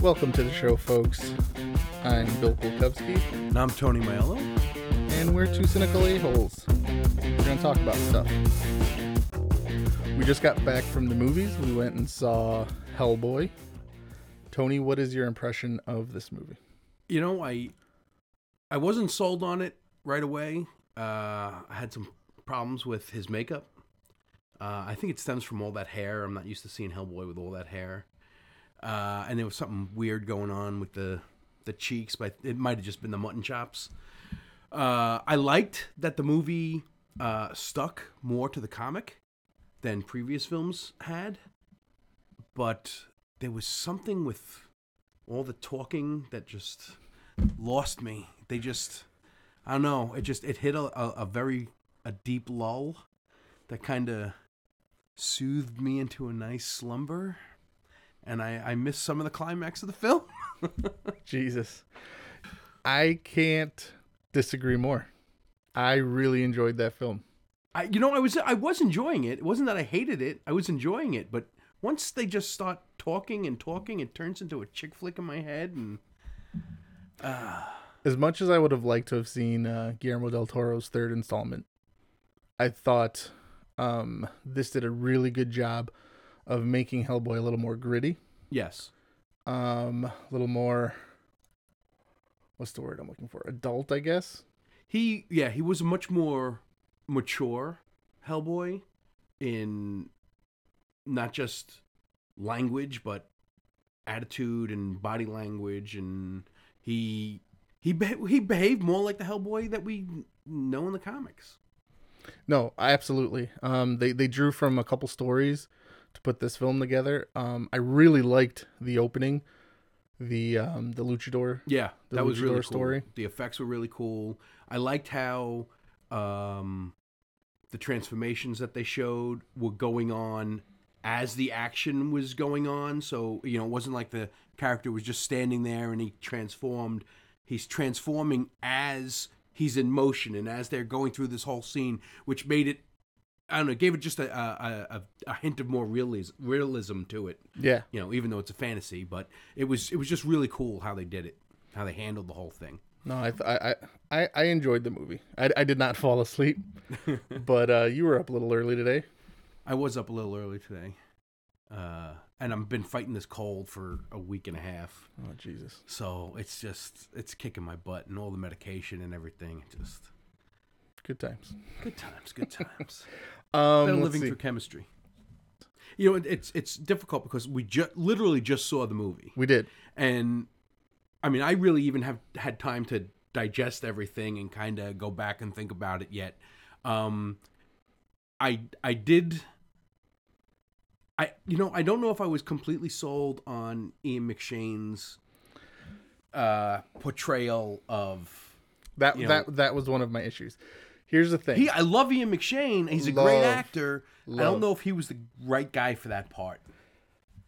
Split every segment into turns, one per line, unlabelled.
Welcome to the show, folks. I'm Bill Polkowski,
And I'm Tony Maiello.
and we're two cynical a-holes. We're going to talk about stuff. We just got back from the movies. We went and saw Hellboy. Tony, what is your impression of this movie?
You know, I I wasn't sold on it right away. Uh, I had some problems with his makeup. Uh, I think it stems from all that hair. I'm not used to seeing Hellboy with all that hair. Uh, and there was something weird going on with the the cheeks, but it might have just been the mutton chops. Uh, I liked that the movie uh, stuck more to the comic than previous films had, but there was something with all the talking that just lost me. They just, I don't know. It just it hit a, a, a very a deep lull that kind of soothed me into a nice slumber, and I I missed some of the climax of the film.
Jesus. I can't disagree more. I really enjoyed that film.
I you know I was I was enjoying it. It wasn't that I hated it. I was enjoying it, but once they just start talking and talking, it turns into a chick flick in my head, and
as much as I would have liked to have seen uh, Guillermo del Toro's third installment, I thought um, this did a really good job of making Hellboy a little more gritty,
yes,
um, a little more. What's the word I'm looking for? Adult, I guess.
he yeah he was a much more mature hellboy in not just language but attitude and body language and he he beh he behaved more like the hellboy that we know in the comics
No, absolutely. Um, they they drew from a couple stories to put this film together. Um, I really liked the opening, the um, the luchador.
yeah
The
that was
Luchador
really cool
story.
the effects were really cool i liked how um the transformations that they showed were going on as the action was going on. So, you know, it wasn't like the character was just standing there and he transformed. He's transforming as he's in motion and as they're going through this whole scene, which made it, I don't know, gave it just a, a, a, a hint of more realism, realism to it.
Yeah,
You know, even though it's a fantasy, but it was it was just really cool how they did it, how they handled the whole thing.
No, I, th- I, I, I- I enjoyed the movie. I, I did not fall asleep, but uh, you were up a little early today.
I was up a little early today, uh, and I've been fighting this cold for a week and a half.
Oh Jesus!
So it's just it's kicking my butt and all the medication and everything. Just
Good times.
good times, good times.
Um,
Better
let's
living
see.
through chemistry. You know, it, it's it's difficult because we ju- literally just saw the movie,
we did.
and I mean, I really even have had time to digest everything and kind of go back and think about it yet. Um, I I did. I you know I don't know if I was completely sold on Ian McShane's uh, portrayal of
That
you know-
that that was one of my issues. Here's the thing.
He, I love Ian McShane. He's a
Love.
great actor. I
Love.
don't know if he was the right guy for that part.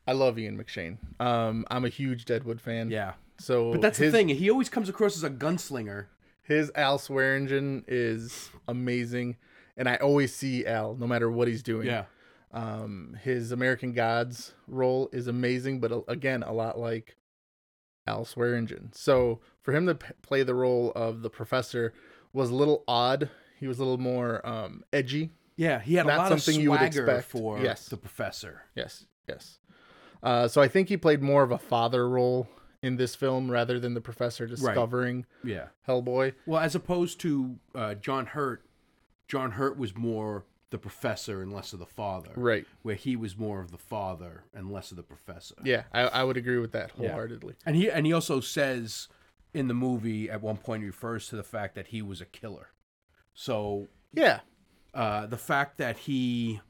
I love Ian McShane. Um, I'm a huge Deadwood fan.
Yeah,
So,
but that's
his,
the thing. He always comes across as a gunslinger.
His Al Swearingen is amazing, and I always see Al no matter what he's doing. Um, his American Gods role is amazing, but uh, again, a lot like Al Swearingen. So for him to p- play the role of the professor was a little odd. He was a little more um, edgy.
yeah. He had a
Not
lot of
something you would
swagger
expect.
for
Yes.
the professor.
Yes, yes. Uh, so I think he played more of a father role in this film rather than the professor discovering
Yeah.
Hellboy.
Well, as opposed to uh, John Hurt, John Hurt was more the professor and less of the father.
Right.
Where he was more of the father and less of the professor.
Yeah, I, I would agree with that wholeheartedly.
And he and he also says in the movie at one point he refers to the fact that he was a killer. So
Yeah,
uh, the fact that he,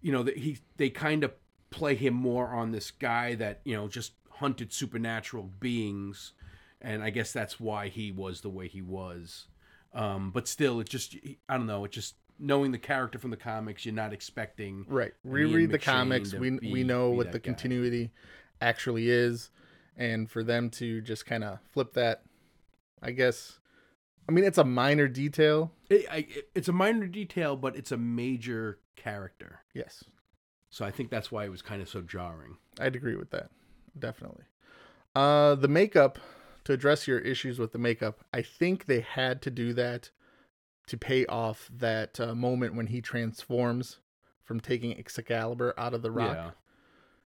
you know, that he they kind of play him more on this guy that you know just hunted supernatural beings, and I guess that's why he was the way he was. Um, but still, it just I don't know. It just knowing the character from the comics, you're not expecting
right.
Ian
Reread the
McShane
comics.
to
We we
be-
know
be
what
that
the
guy.
continuity actually is, and for them to just kind of flip that, I guess. I mean, it's a minor detail.
It, I, it- it's a minor detail, but it's a major character.
Yes,
So I think that's why it was kind of so jarring.
I'd agree with that, definitely. Uh, the makeup to address your issues with the makeup, I think they had to do that to pay off that uh, moment when he transforms from taking Excalibur out of the rock.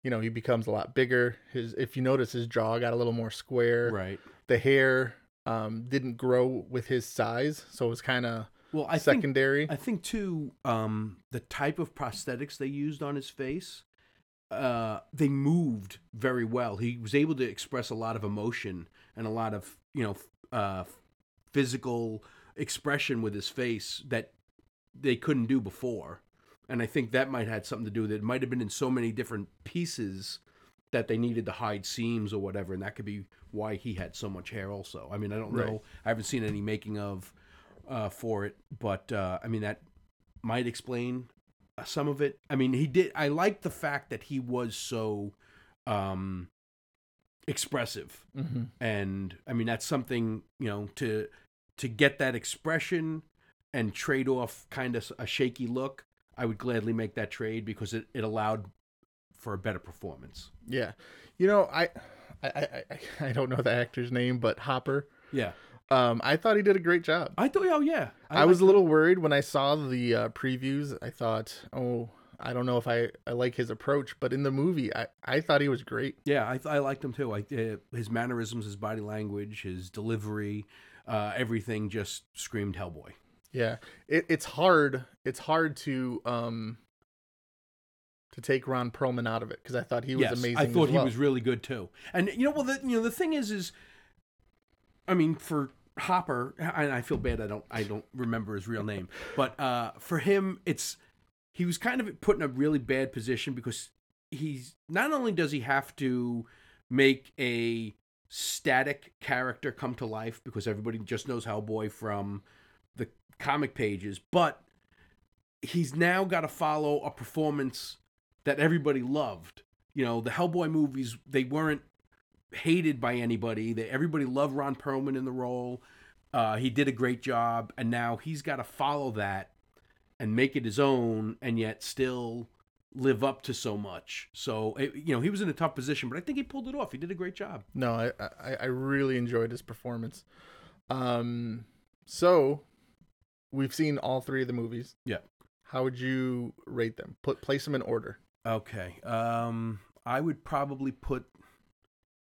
You know, he becomes a lot bigger. His, if you notice, his jaw got a little more square.
Yeah, right.
The hair um, didn't grow with his size, so it was kind of
Well, I think
secondary.
I think too, um, the type of prosthetics they used on his face, uh, they moved very well. He was able to express a lot of emotion and a lot of you know f- uh, physical expression with his face that they couldn't do before. And I think that might have had something to do with it. It might have been in so many different pieces that they needed to hide seams or whatever, and that could be why he had so much hair. Also, I mean, I don't
Right.
know. I haven't seen any making of uh, for it, but uh, I mean that might explain uh, some of it. I mean, he did. I like the fact that he was so um, expressive,
Mhm.
and I mean that's something you know to to get that expression and trade off kind of a shaky look. I would gladly make that trade because it, it allowed for a better performance.
Yeah, you know, I, I, I, I- I don't know the actor's name, but Hopper.
Yeah,
Um, I thought he did a great job.
I thought. Oh yeah,
I, was a little worried when I saw the uh, previews. I thought, oh, I don't know if I, I like his approach, but in the movie, I, I thought he was great.
Yeah, I, I liked him too. I, uh, his mannerisms, his body language, his delivery, uh, everything just screamed Hellboy.
Yeah, it, it's hard. It's hard to um to take Ron Perlman out of it because I thought he was amazing.
I thought
as well.
he was really good too. And you know, well, the, you know, the thing is, is I mean, for Hopper, and I feel bad. I don't, I don't remember his real name, but uh, for him, it's he was kind of put in a really bad position because he's not only does he have to make a static character come to life because everybody just knows Hellboy from the comic pages, but he's now got to follow a performance that everybody loved. You know, the Hellboy movies, they weren't hated by anybody. They, everybody loved Ron Perlman in the role. Uh, he did a great job, and now he's got to follow that and make it his own, and yet still live up to so much. So, it, you know, he was in a tough position, but I think he pulled it off. He did a great job.
No, I, I I really enjoyed his performance. Um, so we've seen all three of the movies.
Yeah.
How would you rate them? Put place them in order.
Okay. Um I would probably put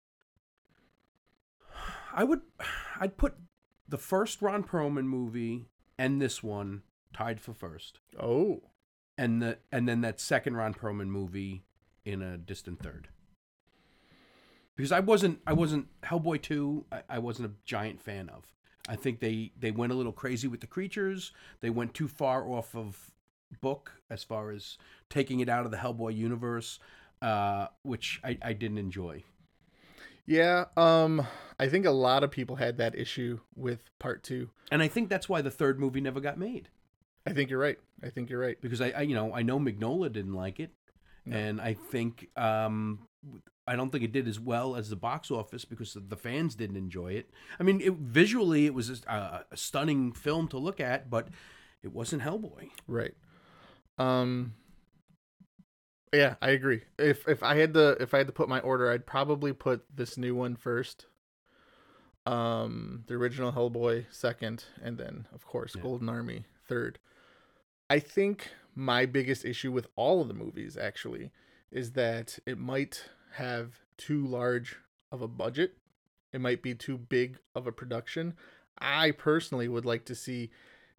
I would I'd put the first Ron Perlman movie and this one tied for first.
Oh,
And the and then that second Ron Perlman movie in a distant third. Because I wasn't I wasn't Hellboy 2, I, I wasn't a giant fan of. I think they they went a little crazy with the creatures. They went too far off of book as far as taking it out of the Hellboy universe, uh, which I, I didn't enjoy.
yeah. Um, I think a lot of people had that issue with part two.
And I think that's why the third movie never got made
I think you're right. I think you're right.
because I, I you know I know Mignola didn't like it,
No.
and I think um, I don't think it did as well as the box office because the fans didn't enjoy it. I mean, it, visually it was just a, a stunning film to look at, but it wasn't Hellboy.
Right. Um. Yeah, I agree. If if I had to if I had to put my order, I'd probably put this new one first. Um, the original Hellboy second, and then of course
Yeah.
Golden Army third. I think my biggest issue with all of the movies actually is that it might have too large of a budget. It might be too big of a production. I personally would like to see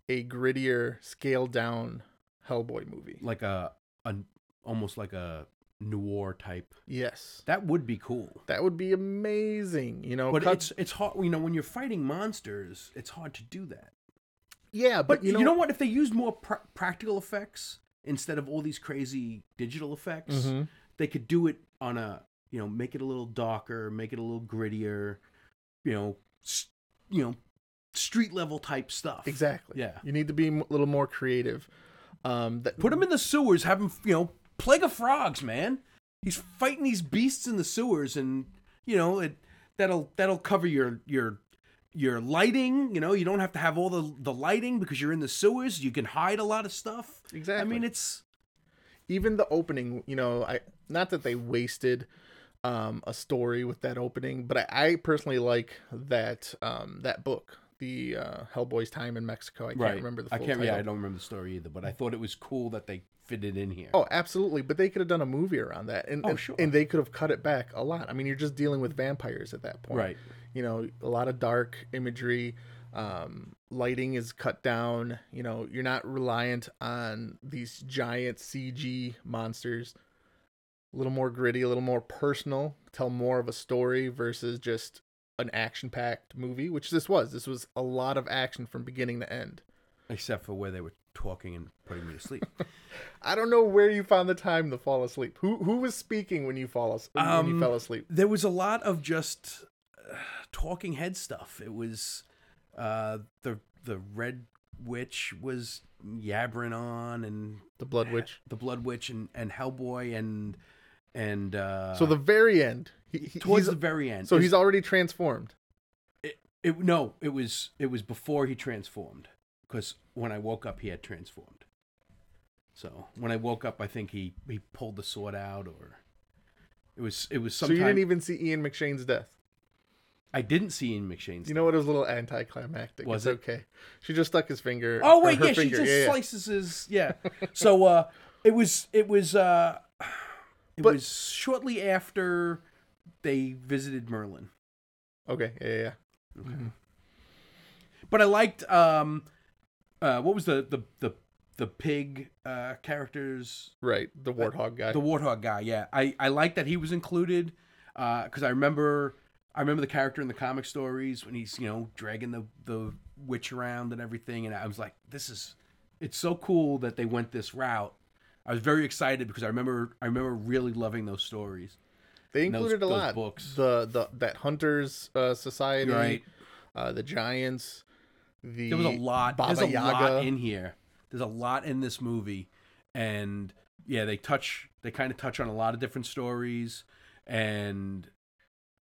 a grittier, scaled down Hellboy movie.
Like a, a almost like a noir type.
Yes.
That would be cool.
That would be amazing, you know.
But
cut-
it's it's hard, you know, when you're fighting monsters, it's hard to do that.
yeah,
But you know, what? If they used more pr- practical effects instead of all these crazy digital effects,
Mhm.
they could do it on a you know make it a little darker, make it a little grittier, you know, s you know, street level type stuff.
exactly.
Yeah.
you need to be m- a little more creative. Um, that
Put him in the sewers, have him you know plague of frogs, man. He's fighting these beasts in the sewers, and you know it that'll that'll cover your your your lighting. You know you don't have to have all the the lighting because you're in the sewers. You can hide a lot of stuff.
exactly.
I mean, it's
even the opening, you know, I not that they wasted um, a story with that opening. But I, I personally like that um, that book, the uh, Hellboy's Time in Mexico. I can't
right.
remember the
I
full
can't. Yeah, I
title.
don't remember the story either. But I thought it was cool that they fitted in here.
Oh, absolutely. But they could have done a movie around that. And,
Oh,
and,
sure.
and they could have cut it back a lot. I mean, you're just dealing with vampires at that point.
Right.
You know, a lot of dark imagery. Um, lighting is cut down. You know, you're not reliant on these giant CG monsters. A little more gritty, a little more personal, tell more of a story versus just an action packed movie, which this was. This was a lot of action from beginning to end.
Except for where they were talking and putting me to sleep.
I don't know where you found the time to fall asleep. Who who was speaking when you fall as- when
Um,
you fell asleep?
there was a lot of just uh, talking head stuff. It was uh, the the red witch was yabbering on, and
The Blood Witch.
the blood witch, and, and Hellboy, and and uh,
So the very end. He, he-
towards
he's-
the very end.
so
It-
he's already transformed.
it, it no, it was it was before he transformed because when I woke up, he had transformed. So when I woke up, I think he he pulled the sword out, or it was it was
So
sometime
you didn't even see Ian McShane's death.
I didn't see Ian McShane's.
You know what? It was a little anticlimactic.
Was
it's okay. She just stuck his finger.
Oh
her-
wait,
her
yeah, she
finger.
just
Yeah, yeah.
slices his yeah. so uh it was it was uh it
But-
was shortly after they visited Merlin.
Okay. Yeah, yeah. yeah.
But I liked um uh what was the the the the pig uh characters
Right. The warthog guy.
the warthog guy yeah i i like that he was included because i remember i remember the character in the comic stories when he's you know dragging the the witch around and everything and i was like this is it's so cool that they went this route i was very excited because i remember i remember really loving those stories
they
those-
included
those
a lot.
books.
The the that hunters uh, society.
Right.
Uh, the giants. The
there was a lot
Baba
there's a
Yaga.
lot in here there's a lot in this movie and yeah they touch they kind of touch on a lot of different stories and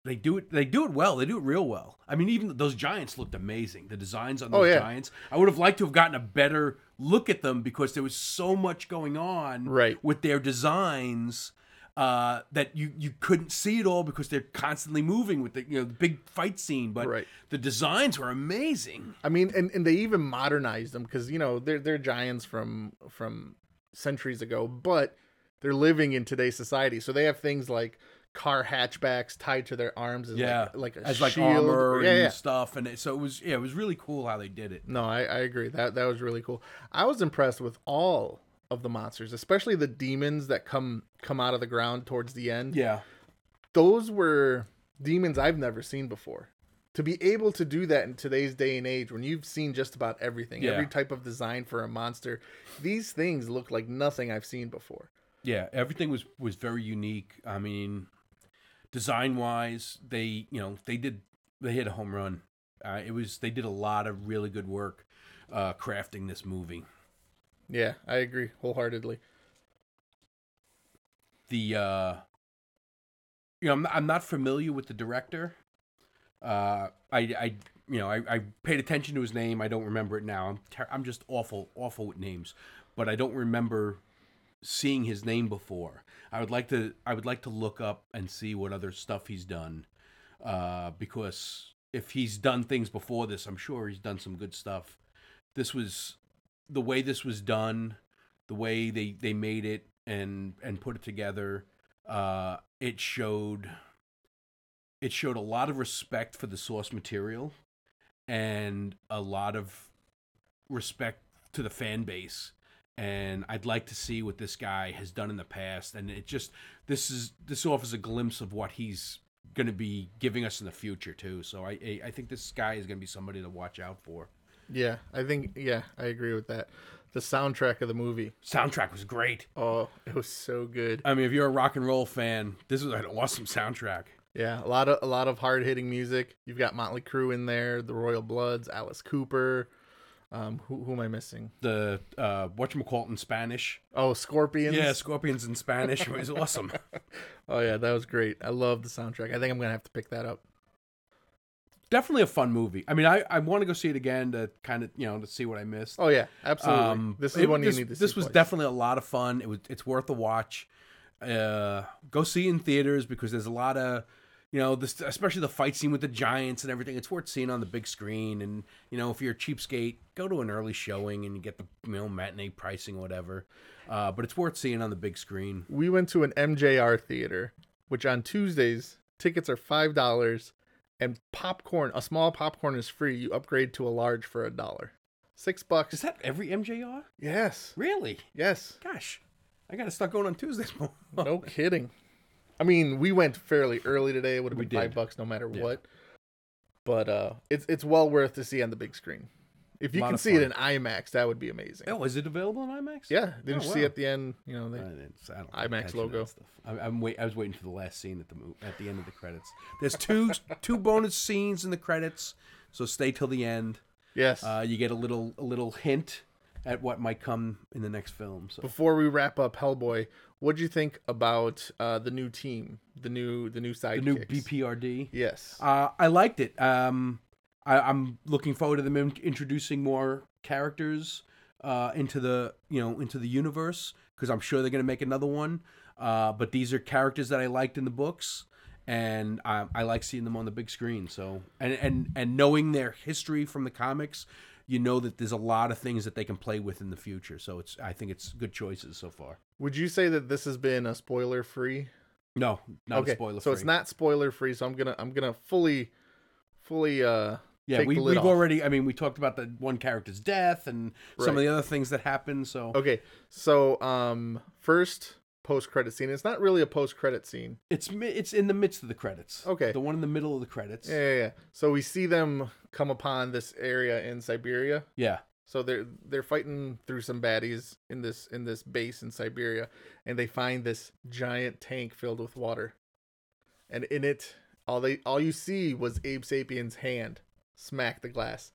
they do it they do it well they do it real well i mean even those giants looked amazing the designs on
Oh,
those
yeah.
giants i would have liked to have gotten a better look at them because there was so much going on
Right.
with their designs uh, that you you couldn't see it all because they're constantly moving with the you know the big fight scene but
Right.
the designs were amazing
I mean, and, and they even modernized them because you know they're they're giants from from centuries ago, but they're living in today's society, so they have things like car hatchbacks tied to their arms as
yeah,
like, like a
as like
shield.
armor
yeah,
and
yeah.
stuff, and it, so it was. Yeah, it was really cool how they did it.
No, I, I agree. That that was really cool. I was impressed with all of the monsters, especially the demons that come come out of the ground towards the end.
Yeah,
Those were demons I've never seen before. To be able to do that in today's day and age when you've seen just about everything,
Yeah.
every type of design for a monster, these things look like nothing I've seen before.
yeah, everything was was very unique. I mean, design wise, they you know they did they hit a home run. Uh, it was they did a lot of really good work uh, crafting this movie.
Yeah, I agree wholeheartedly.
The uh, you know I'm not, I'm not familiar with the director. Uh, I I you know I, I paid attention to his name. I don't remember it now. I'm ter- I'm just awful awful with names, but I don't remember seeing his name before. I would like to I would like to look up and see what other stuff he's done, uh, because if he's done things before this, I'm sure he's done some good stuff. This was the way this was done, the way they they made it and and put it together. Uh, it showed it showed a lot of respect for the source material and a lot of respect to the fan base and I'd like to see what this guy has done in the past and it just this is this offers a glimpse of what he's going to be giving us in the future too so I I, I think this guy is going to be somebody to watch out for
Yeah, I think yeah, I agree with that. The soundtrack of the movie.
soundtrack was great
Oh, it was so good.
I mean if you're a rock and roll fan this is an awesome soundtrack
Yeah, a lot of a lot of hard hitting music. You've got Motley Crue in there, the Royal Bloods, Alice Cooper. Um, who, who am I missing?
the uh what you call it in Spanish
Oh, Scorpions.
yeah scorpions in Spanish it was awesome
Oh yeah, that was great. I love the soundtrack. I think I'm gonna have to pick that up.
definitely a fun movie I mean I I want to go see it again to kind of you know to see what I missed
Oh yeah, absolutely.
Um,
this is
it-
one you need to see.
This was
twice.
definitely a lot of fun. It was. It's worth a watch. uh, go see in theaters because there's a lot of you know this especially the fight scene with the giants and everything it's worth seeing on the big screen and you know if you're a cheapskate go to an early showing and you get the you know matinee pricing or whatever uh, but it's worth seeing on the big screen
We went to an MJR theater, which on Tuesdays tickets are five dollars, and popcorn a small popcorn is free. You upgrade to a large for a dollar, six bucks.
is that every mjr
Yes,
really
yes,
gosh i gotta start going on tuesdays more
no kidding. I mean, we went fairly early today. It would have
We
been five
did.
bucks no matter
Yeah.
what. But uh, it's it's well worth to see on the big screen. If you
Lot
can
of
see it in
fun.
IMAX, that would be amazing.
oh is it available on imax
Yeah, didn't
Oh,
you see
wow.
at the end? You know, they,
I didn't- I don't pay
IMAX
attention to
logo.
that stuff. I, I'm wait. I was waiting for the last scene at the mo- at the end of the credits. There's two two bonus scenes in the credits, so stay till the end.
yes.
Uh, you get a little a little hint at what might come in the next film. So
Before we wrap up Hellboy, what do you think about uh, the new team, the new the new side,
the new BPRD.
Yes,
Uh, I liked it. Um, I, I'm looking forward to them in- introducing more characters uh, into the you know into the universe because I'm sure they're going to make another one. Uh, but these are characters that I liked in the books, and I, I like seeing them on the big screen. So and and and knowing their history from the comics, you know that there's a lot of things that they can play with in the future. So it's I think it's good choices so far.
Would you say that this has been a spoiler free?
No, not a spoiler.
so it's
free.
not spoiler free. So I'm gonna I'm gonna fully, fully uh
Yeah,
take
we,
the lid
we've
off.
already. I mean, we talked about the one character's death and some of
Right.
the other things that happened. So
okay. So um first post credit scene. It's not really a post credit scene.
it's mi- it's in the midst of the credits.
Okay.
the one in the middle of the credits.
Yeah,
Yeah,
yeah, yeah. So we see them come upon this area in Siberia. So they're they're fighting through some baddies in this in this base in Siberia, and they find this giant tank filled with water, and in it all they all you see was Abe Sapien's hand smack the glass,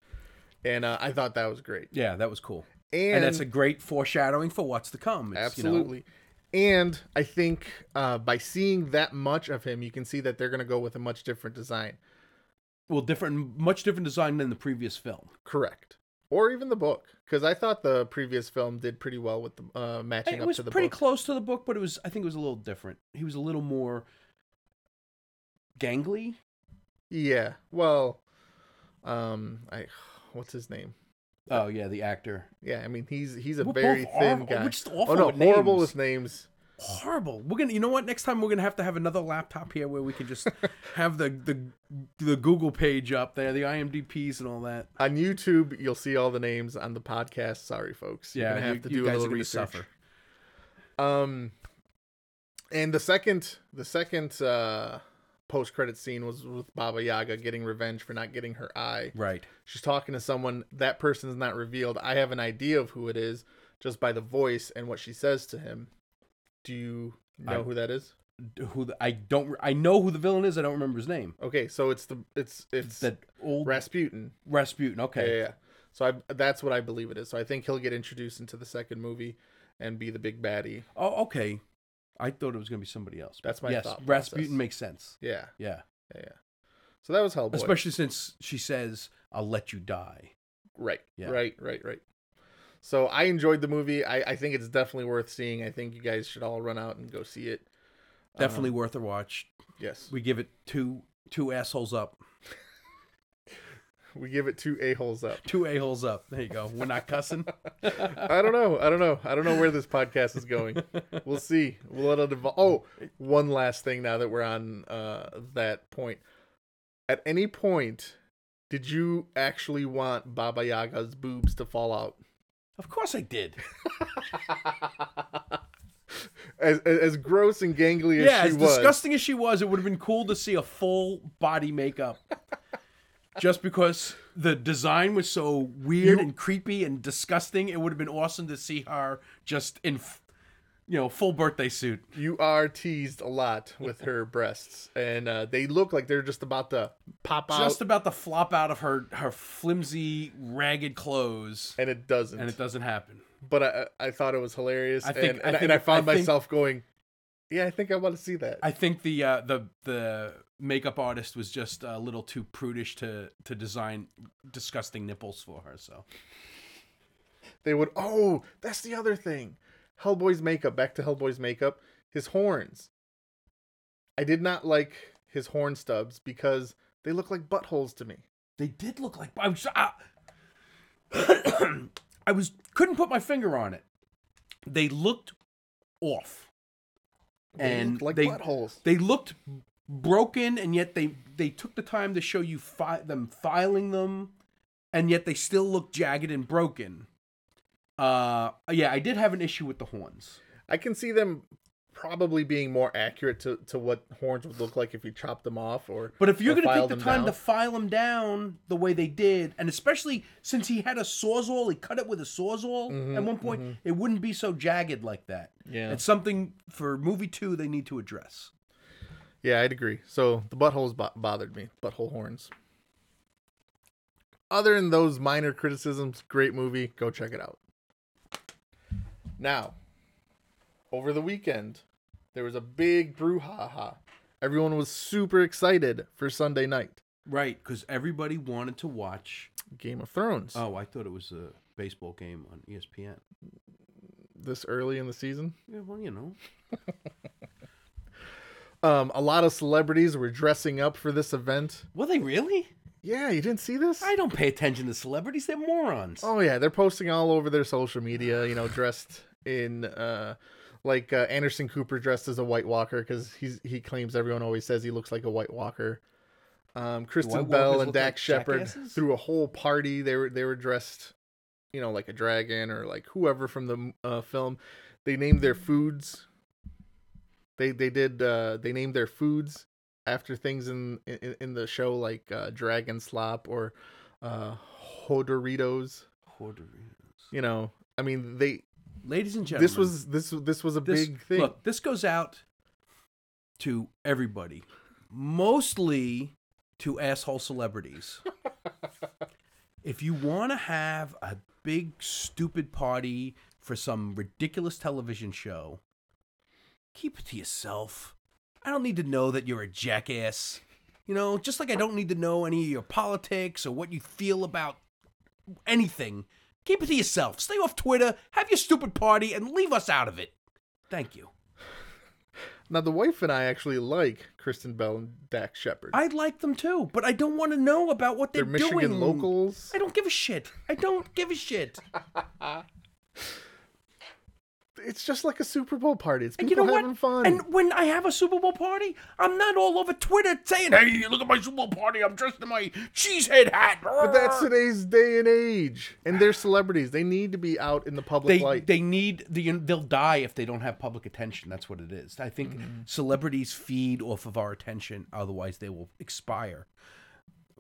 and uh, I thought that was great.
yeah, that was cool,
And,
and, that's a great foreshadowing for what's to come. It's, you know,
absolutely. And I think uh, by seeing that much of him, you can see that they're gonna go with a much different design.
well, different, much different design than the previous film.
Correct. Or even the book, because I thought the previous film did pretty well with the uh, matching
It
up
was
to the
pretty
book.
close to the book, but it was. I think it was a little different. He was a little more gangly.
Yeah. Well, um, I what's his name?
Oh yeah, the actor.
Yeah, I mean he's he's a
We're
very
both
thin
awful-
guy.
we're just awful
oh no,
with
horrible
names.
with names.
horrible. We're gonna, you know what? Next time we're gonna have to have another laptop here where we can just have the the the Google page up there, the IMDb's and all that.
On YouTube, you'll see all the names. On the podcast, sorry folks, you're gonna have to do a little research. Um, and the second the second uh post credit scene was with Baba Yaga getting revenge for not getting her eye.
Right.
She's talking to someone. That person's not revealed. I have an idea of who it is just by the voice and what she says to him. Do you know
I-
who that is?
Who the, I don't I know who the villain is. I don't remember his name.
Okay, so it's the it's it's
That old
Rasputin.
Rasputin.
Yeah,
Okay.
yeah, yeah. So I that's what I believe it is. So I think he'll get introduced into the second movie and be the big baddie.
Oh, okay. I thought it was gonna be somebody else.
That's my
yes.
thought process.
Rasputin makes sense.
Yeah,
Yeah.
yeah, yeah. So that was Hellboy.
Especially since she says, "I'll let you die."
Uh-huh. right,
Yeah.
right, right, right. So I enjoyed the movie. I, I think it's definitely worth seeing. I think you guys should all run out and go see it. Um,
Definitely worth a watch.
Yes,
We give it two two assholes up.
we give it two a holes up.
Two a holes up. There you go. We're not cussing.
I don't know. I don't know. I don't know where this podcast is going. We'll see. We'll let it evolve. Oh, one last thing now that we're on uh, that point. At any point, did you actually want Baba Yaga's boobs to fall out?
Of course I did.
As, as, as gross and gangly as
yeah,
she
as
was.
disgusting as she was, it would have been cool to see a full body makeup. Just because the design was so weird and creepy and disgusting, it would have been awesome to see her just in, f- you know, full birthday suit.
You are teased a lot with her breasts, and uh, they look like they're just about to pop out,
Just about to flop out of her her flimsy, ragged clothes,
and it doesn't.
and it doesn't happen.
but I, I I thought it was hilarious,
I
and,
think- I
and, I,
think-
and I found
I think-
myself going, "Yeah, I think I want to see that."
I think the uh, the the makeup artist was just a little too prudish to to design disgusting nipples for her. So
they would oh that's the other thing hellboy's makeup back to hellboy's makeup his horns. I did not like his horn stubs because they look like buttholes to me.
They did look like I was. ah. I was couldn't put my finger on it. They looked off,
They
and
look like
they
buttholes.
they looked broken, and yet they they took the time to show you fi- them filing them, and yet they still look jagged and broken. Uh, yeah, I did have an issue with the horns.
I can see them probably being more accurate to, to what horns would look like if you chopped them off or
But if you're
or
going to take
filed
the
them
time
down.
to file them down the way they did, and especially since he had a sawzall, he cut it with a sawzall at one point, it wouldn't be so jagged like that.
Yeah.
It's something for movie two they need to address.
Yeah, I'd agree. So the buttholes bo- bothered me. Butthole horns. Other than those minor criticisms, great movie. Go check it out. Now, over the weekend, there was a big brouhaha. Everyone was super excited for Sunday night.
Right, because everybody wanted to watch.
Game of Thrones.
Oh, I thought it was a baseball game on E ESPN.
This early in the season.
Yeah, well, you know.
Um, a lot of celebrities were dressing up for this event.
Were they really?
Yeah, you didn't see this?
I don't pay attention to celebrities. They're morons.
Oh yeah, they're posting all over their social media, you know, dressed in uh like uh, Anderson Cooper dressed as a White Walker cuz he's he claims everyone always says he looks like a White Walker. Um Kristen
White
Bell
Walkers
and
look
Dak
like
Shepard
jackasses?
threw a whole party. They were they were dressed you know like a dragon or like whoever from the uh, film. They named their foods. They they did uh they named their foods after things in in, in the show like uh, dragon slop or uh hodoritos
Corderillos.
you know i mean they
Ladies and gentlemen.
this was this this was a
this,
big thing
Look, this goes out to everybody, mostly to asshole celebrities. if you want to have a big stupid party for some ridiculous television show, keep it to yourself. I don't need to know that you're a jackass. You know, just like I don't need to know any of your politics or what you feel about anything. Keep it to yourself. Stay off Twitter, have your stupid party, and leave us out of it. Thank you.
now the wife and i actually like kristen bell and dak shepard
I like them too, but I don't want to know about what
they're
they're,
michigan
doing.
locals
I don't give a shit. I don't give a shit.
it's just like a super bowl party it's
And
people
you know what?
having fun
And when I have a Super Bowl party, I'm not all over Twitter saying, "Hey, look at my Super Bowl party. I'm dressed in my cheesehead hat."
but that's
uh,
today's day and age and they're celebrities they need to be out in the public
they
light
they need the they'll die if they don't have public attention. That's what it is. I think
Mm-hmm.
celebrities feed off of our attention, otherwise they will expire.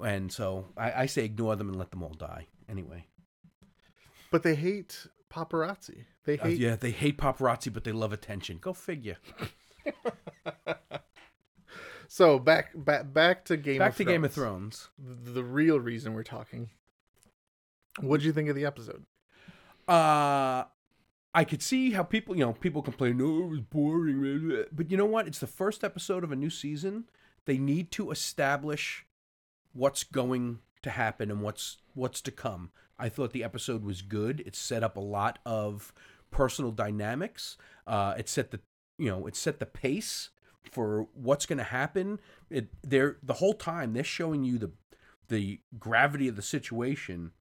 And so I, I say ignore them and let them all die. Anyway,
but they hate paparazzi they
Uh,
hate
yeah, they hate paparazzi, but they love attention. Go figure.
so back back back to game
Back
of
to
Thrones.
Game of Thrones.
Th- the real reason we're talking what'd you think of the episode
uh I could see how people, you know, people complain, oh, it was boring. blah, blah." But you know what? It's the first episode of a new season. They need to establish what's going to happen and what's what's to come. I thought the episode was good. It set up a lot of personal dynamics. Uh, it set the, you know, it set the pace for what's going to happen. It they're the whole time they're showing you the the gravity of the situation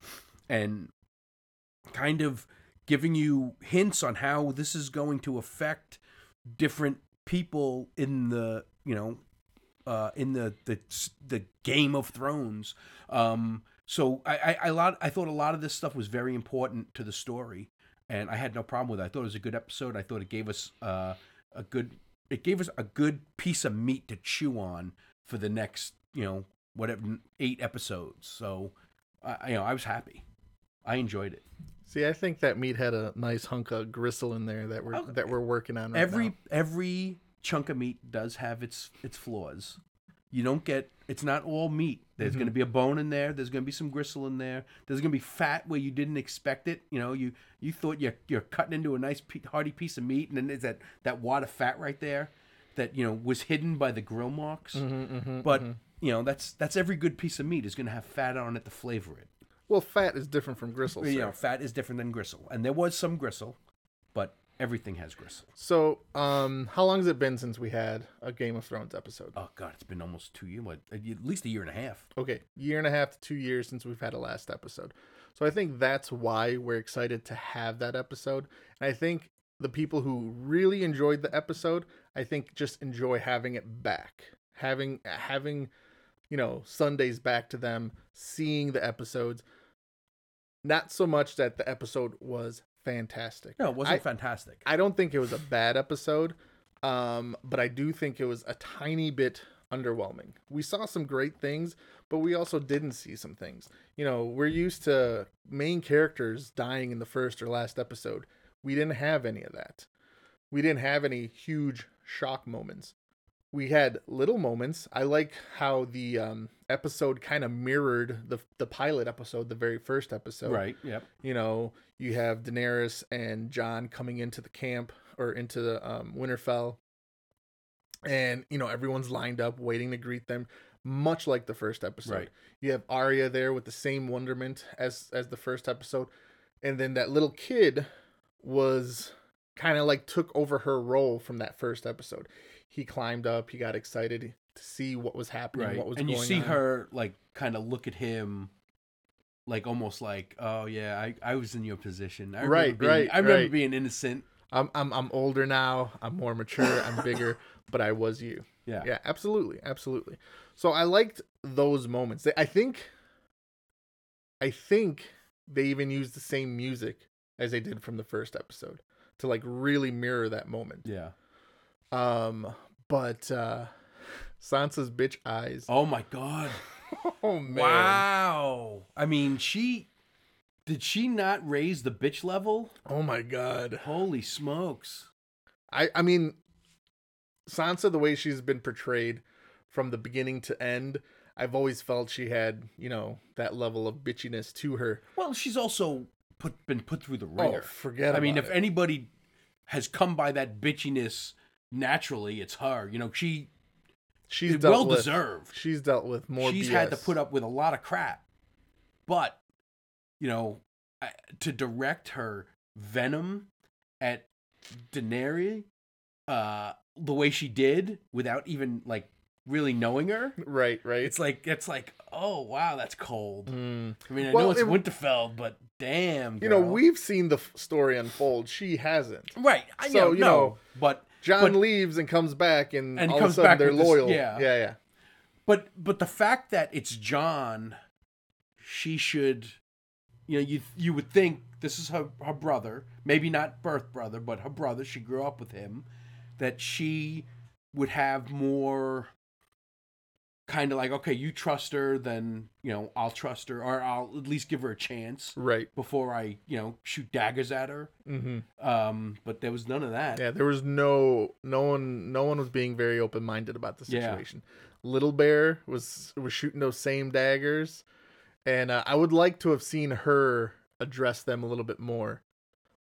and kind of giving you hints on how this is going to affect different people in the you know uh, in the the the Game of Thrones. Um, so I, I I lot I thought a lot of this stuff was very important to the story, and I had no problem with it. I thought it was a good episode. I thought it gave us uh, a good it gave us a good piece of meat to chew on for the next you know whatever eight episodes. So I I- you know I was happy. I enjoyed it.
See, I think that meat had a nice hunk of gristle in there that we're
Okay.
that we're working on right
every
now.
every chunk of meat does have its its flaws. You don't get it's not all meat. There's going to be a bone in there. There's going to be some gristle in there. There's going to be fat where you didn't expect it. You know, you you thought you're you're cutting into a nice pe- hearty piece of meat, and then there's that that wad of fat right there that you know was hidden by the grill marks. but you know that's that's every good piece of meat is going to have fat on it to flavor it.
Well, fat is different from gristle.
You
sir.
know, fat is different than gristle, and there was some gristle, but Everything has gristle.
So, um, how long has it been since we had a Game of Thrones episode?
Oh God, it's been almost two years. What? At least a year and a half.
Okay, year and a half to two years since we've had a last episode. So I think that's why we're excited to have that episode. And I think the people who really enjoyed the episode, I think just enjoy having it back. Having having, you know, Sundays back to them, seeing the episodes. Not so much that the episode was fantastic.
No, it wasn't
I,
fantastic.
I don't think it was a bad episode, um, but I do think it was a tiny bit underwhelming. We saw some great things, but we also didn't see some things. You know, we're used to main characters dying in the first or last episode. We didn't have any of that. We didn't have any huge shock moments. We had little moments. I like how the um, episode kind of mirrored the the pilot episode, the very first episode.
right. Yep.
You know, you have Daenerys and John coming into the camp or into the um, Winterfell, and you know everyone's lined up waiting to greet them, much like the first episode.
Right.
You have Arya there with the same wonderment as as the first episode, and then that little kid was kind of like took over her role from that first episode. He climbed up. He got excited to see what was happening.
Right.
What was
and you
going
see
on.
her like kind of look at him, like almost like, oh yeah, I, I was in your position. I remember
Right,
being-
right,
I remember
right.
being innocent.
I'm I'm I'm older now. I'm more mature. I'm bigger, but I was you.
Yeah.
Yeah, absolutely, absolutely. So I liked those moments. They- I think I think they even used the same music as they did from the first episode to like really mirror that moment.
Yeah.
Um but uh Sansa's bitch eyes.
Oh my god.
Oh man.
Wow. I mean, she did she not raise the bitch level?
Oh my god.
Holy smokes.
I I mean Sansa the way she's been portrayed from the beginning to end, I've always felt she had, you know, that level of bitchiness to her.
Well, she's also put been put through the
Oh,
ringer.
forget
I mean,
about
if
it.
anybody has come by that bitchiness naturally, it's her. You know, she
she's
it-
dealt
well
with-
deserved.
She's dealt with more
she's
BS.
had to put up with a lot of crap. But you know, I, to direct her venom at Daenerys uh the way she did without even like really knowing her,
right, right.
it's like it's like, "Oh, wow, that's cold."
Mm.
I mean, I
Well,
know it's
it-
Winterfell, but damn,
you know,
girl.
we've seen the f- story unfold. She hasn't.
Right. I
So,
know,
you
no,
know-
but
John
But-
leaves and comes back, and,
And
all
comes
of a sudden
back
they're
with this-
loyal.
yeah.
yeah, yeah.
but but the fact that it's John, she should, you know, you you would think this is her her brother, maybe not birth brother, but her brother. She grew up with him, that she would have more. Kind of like okay, you trust her, then you know I'll trust her, or I'll at least give her a chance
Right.
before I you know shoot daggers at her.
Mm-hmm.
Um, but there was none of that.
Yeah, there was no no one no one was being very open minded about the
Yeah.
situation. Little Bear was was shooting those same daggers, and uh, I would like to have seen her address them a little bit more,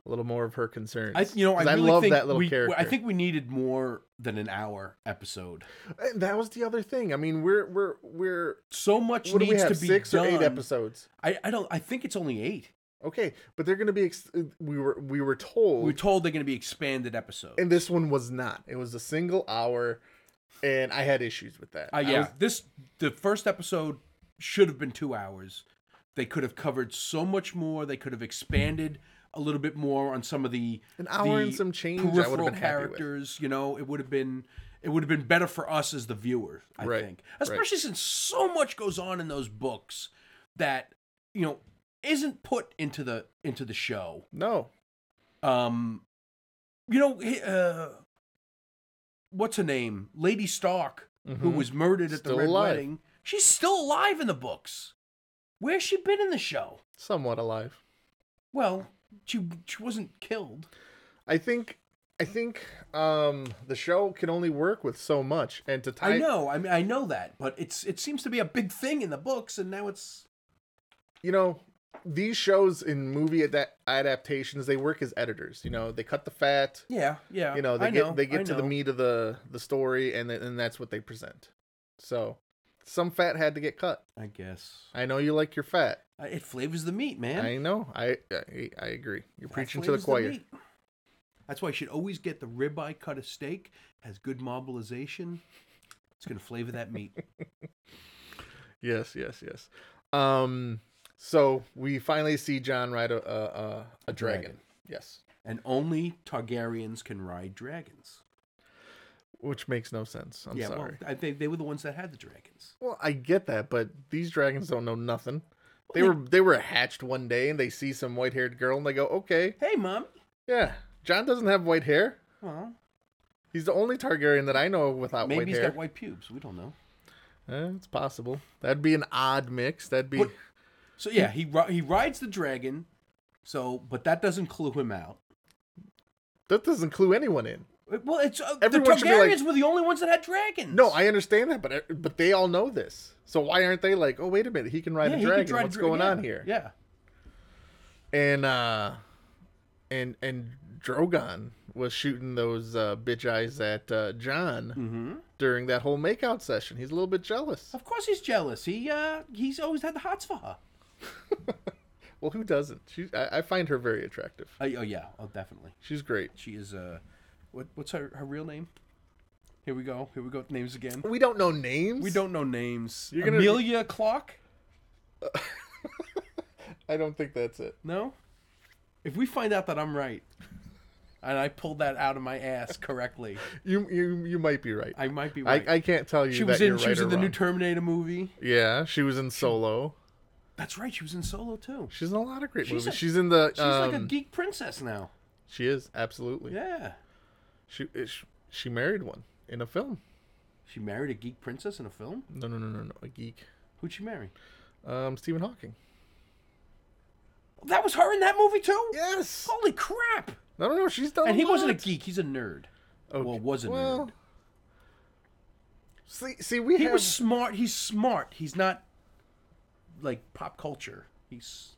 a little more of her concerns.
I you know I
'Cause
really
love
think
that little
we,
character.
I think we needed more than an hour episode.
And that was the other thing. I mean, we're we're we're
So much
what do
needs
we have
to be
six
done.
or eight episodes?
I, I don't. I think it's only eight.
Okay, but they're going to be. Ex- we were we were told,
We were told they're going to be expanded episodes.
and this one was not. It was a single hour, and I had issues with that.
Uh,
I
yeah,
was-
this the first episode should have been two hours. They could have covered so much more. They could have expanded a little bit more on some of the
An hour
the
and some change, I would have
Peripheral
been happy with.
characters, you know, it would have been it would have been better for us as the viewers. I
Right,
think, especially since so much goes on in those books that you know isn't put into the into the show.
no,
Um, you know, he- uh, what's her name? Lady Stark, who
Mhm.
was murdered at
Still
the Red
alive.
Wedding. She's still alive in the books. Where's she been in the show?
somewhat alive.
Well, she she wasn't killed.
I think I think um the show can only work with so much, and to tie
I know. I mean, I know that, but it's it seems to be a big thing in the books, and now it's
you know these shows in movie ada- adaptations they work as editors. You know they cut the fat.
yeah, yeah.
you know they
I
get
know,
they
I
get to the
know.
meat of the the story and then and that's what they present so some fat had to get cut
I guess
i know you like your fat
Uh, it flavors the meat, man.
i know i i, I agree you're
That
preaching to the
flavors
choir
meat. That's why you should always get the ribeye cut of steak. Has good marbleization. It's gonna flavor that meat.
Yes, yes, yes. Um, so we finally see John ride a a, a, a dragon.
dragon.
Yes,
And only Targaryens can ride dragons.
which makes no sense. I'm
yeah,
sorry.
well, I, they they were the ones that had the dragons.
Well, I get that, but these dragons don't know nothing. They were they were hatched one day, and they see some white haired girl, and they go, "Okay,
Hey, mom.
yeah, John doesn't have white hair.
Well,
He's the only Targaryen that I know without
maybe
Oh, white
he's
hair.
got white pubes. We don't know.
Eh, it's possible. That'd be an odd mix. That'd be
But- So yeah, he ri- he rides the dragon. So, but that doesn't clue him out.
that doesn't clue anyone in.
It- Well, it's uh, the
Everyone should be like-
Targaryens were the only ones that had dragons.
No, I understand that, but eh, but they all know this. So why aren't they like, oh wait a minute, he can ride
Yeah,
a
he could
dragon.
ride a
What's
dra-
going
yeah,
on here?
Yeah,
And uh, and and Drogon was shooting those uh, bitch eyes at uh, John
Mm-hmm.
during that whole makeout session. He's a little bit jealous.
of course he's jealous. He uh, he's always had the hots for her.
Well, who doesn't? She, I, I find her very attractive.
Uh, oh yeah, oh definitely.
She's great.
She is uh, what what's her her real name? Here we go. Here we go. with Names again.
We don't know names.
We don't know names.
You're gonna-
Amelia Clark.
I don't think that's it.
No? If we find out that I'm right and I pulled that out of my ass correctly,
You you you might be right.
I might be
I,
right.
I can't tell you.
she
that
was in
you're
she
right
was
or
in the new
wrong.
Terminator movie.
yeah, she was in Solo.
That's right, she was in Solo too.
She's in a lot of great
She's
movies.
a-
she's in the.
She's like a
um,
geek princess now.
She is absolutely.
Yeah.
She eh, sh- she married one in a film.
She married a geek princess in a film?
No, no, no, no, no. A geek.
Who'd she marry?
Um, Stephen Hawking.
That was her in that movie too?
Yes. Oh,
Holy crap.
No, no, no. She's done.
And he wasn't a
lot.
geek, he's a nerd.
Oh,
Well, was a
well,
nerd.
See, see, we
He
have.
was smart. He's smart. He's not like pop culture. He's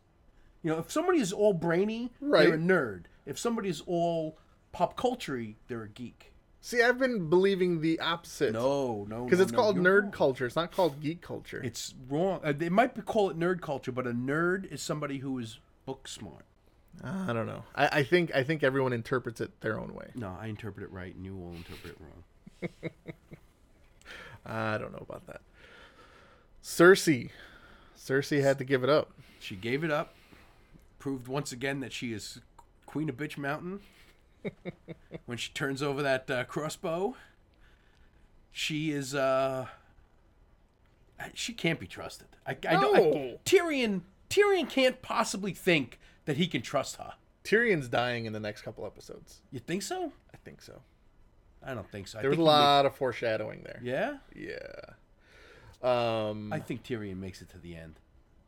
you know, if somebody is all brainy,
Right.
they're a nerd. If somebody is all pop culture they're a geek.
See, I've been believing the opposite.
No, no,
Because
no,
it's
no,
called
you're
nerd
wrong.
culture. It's not called geek culture.
It's wrong. Uh, they might be, call it nerd culture, but a nerd is somebody who is book smart.
I don't know. I, I think I think everyone interprets it their own way.
No, I interpret it right, and you will interpret it wrong.
I don't know about that. Cersei, Cersei had to give it up.
She gave it up. Proved once again that she is queen of bitch mountain. when she turns over that uh, crossbow, she is. uh She can't be trusted. I, I don't. I,
No.
Tyrion. Tyrion can't possibly think that he can trust her.
Tyrion's dying in the next couple episodes.
You think so?
I think so.
I don't think so. I
There was a
think he ma-
lot of foreshadowing there.
yeah,
Yeah. Um
I think Tyrion makes it to the end.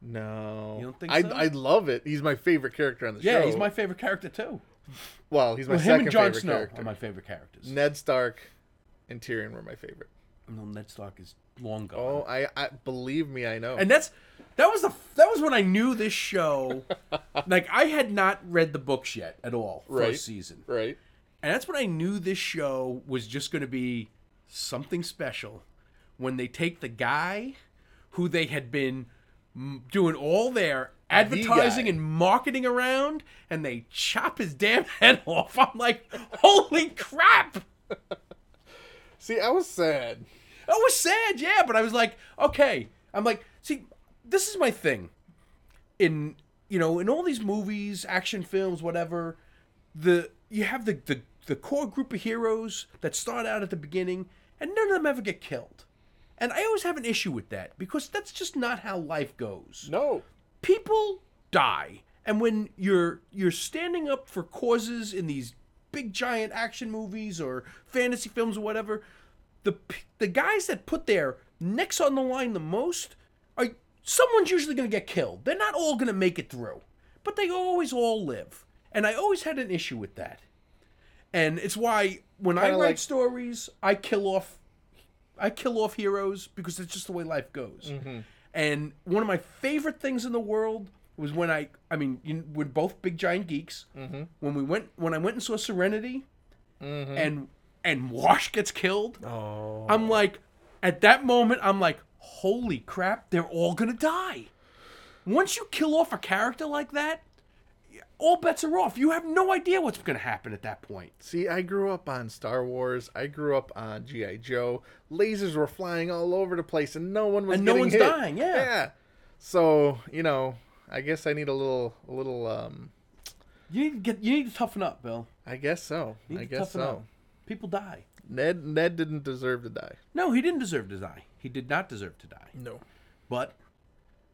no.
You don't think
I
so?
I love it. He's my favorite character on the
Yeah,
show.
he's my favorite character too.
well, he's my
Well, him
second
and Jon
favorite
Snow
character.
are my favorite characters.
Ned Stark and Tyrion were my favorite.
No, Ned Stark is long gone.
Oh, I, I believe me, I know.
and that's that was the that was when I knew this show. like I had not read the books yet at all first
Right.
season,
right.
and that's when I knew this show was just going to be something special. When they take the guy who they had been m- doing all their advertising
guy.
and marketing around, and they chop his damn head off. I'm like, holy crap!
See, I was sad.
I was sad, yeah, but I was like, okay. I'm like, see, this is my thing. In you know, in all these movies, action films, whatever, the you have the the, the core group of heroes that start out at the beginning, and none of them ever get killed. And I always have an issue with that because that's just not how life goes
No.
people die and when you're you're standing up for causes in these big giant action movies or fantasy films or whatever the p- the guys that put their necks on the line the most are someone's usually going to get killed they're not all going to make it through but they always all live and i always had an issue with that and it's why when i
Kinda
write
like-
stories i kill off I kill off heroes because it's just the way life goes.
Mm-hmm.
And one of my favorite things in the world was when I, I mean, you, we're both big giant geeks.
Mm-hmm.
When we went, when I went and saw Serenity, and and Wash gets killed,
Oh.
I'm like, at that moment, I'm like, holy crap, they're all gonna die. Once you kill off a character like that, all bets are off. You have no idea what's going to happen at that point.
See, I grew up on Star Wars. I grew up on GI Joe. Lasers were flying all over the place, and no one was
And no
getting
one's
hit.
dying, yeah.
So you know, I guess I need a little, a little. um
You need to get. You need to toughen up, Bill.
I guess so.
You need
I
to
guess
toughen
so.
up. People die.
Ned, Ned didn't deserve to die.
No, he didn't deserve to die. He did not deserve to die.
No,
But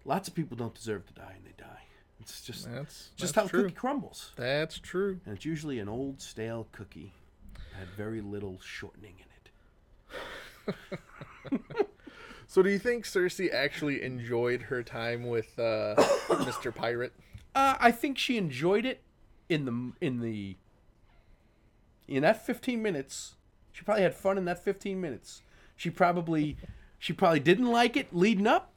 lots of people don't deserve to die, and they die. It's just
that's
just
that's
how
true.
a cookie crumbles,
That's true.
and it's usually an old stale cookie that had very little shortening in it.
So, do you think Cersei actually enjoyed her time with uh, Mr. Pirate?
Uh, I think she enjoyed it in the in the in that 15 minutes. She probably had fun in that 15 minutes. She probably she probably didn't like it leading up,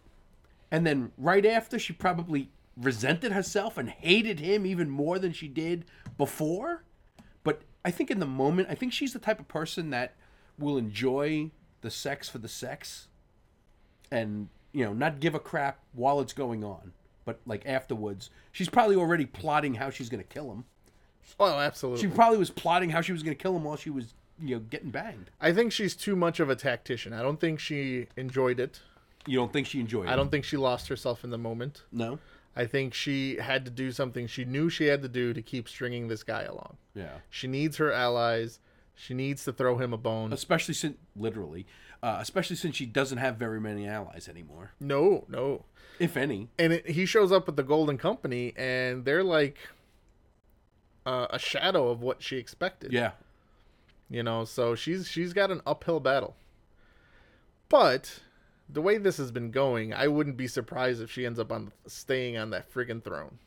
and then right after she probably resented herself and hated him even more than she did before. But I think in the moment, I think she's the type of person that will enjoy the sex for the sex and you know not give a crap while it's going on but like afterwards she's probably already plotting how she's going to kill him
Oh, absolutely.
she probably was plotting how she was going to kill him while she was you know getting banged
I think she's too much of a tactician. I don't think she enjoyed it.
you don't think she enjoyed it
I don't think she lost herself in the moment.
no
I think she had to do something she knew she had to do to keep stringing this guy along.
yeah
She needs her allies. She needs to throw him a bone.
especially since literally uh, especially since she doesn't have very many allies anymore
No, no.
if any
And it, he shows up with the Golden Company, and they're like uh, a shadow of what she expected.
yeah
you know. So she's she's got an uphill battle. But the way this has been going, I wouldn't be surprised if she ends up on staying on that friggin' throne.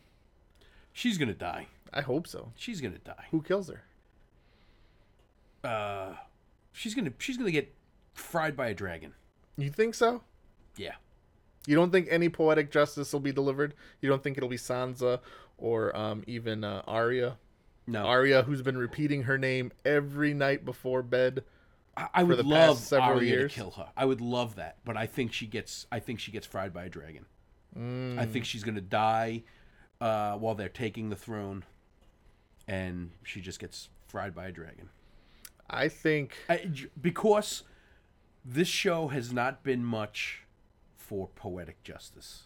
she's going to die
I hope so.
she's going to die
Who kills her?
uh she's going to she's going to get fried by a dragon
You think so?
yeah
You don't think any poetic justice will be delivered? You don't think it'll be Sansa or um, even uh, Arya?
no
Arya, who's been repeating her name every night before bed.
I, I would
the past
love
several
Arya
years.
to kill her. I would love that, but I think she gets. I think she gets fried by a dragon.
Mm.
I think she's gonna die uh, while they're taking the throne, and she just gets fried by a dragon.
I think
I, j- because this show has not been much for poetic justice.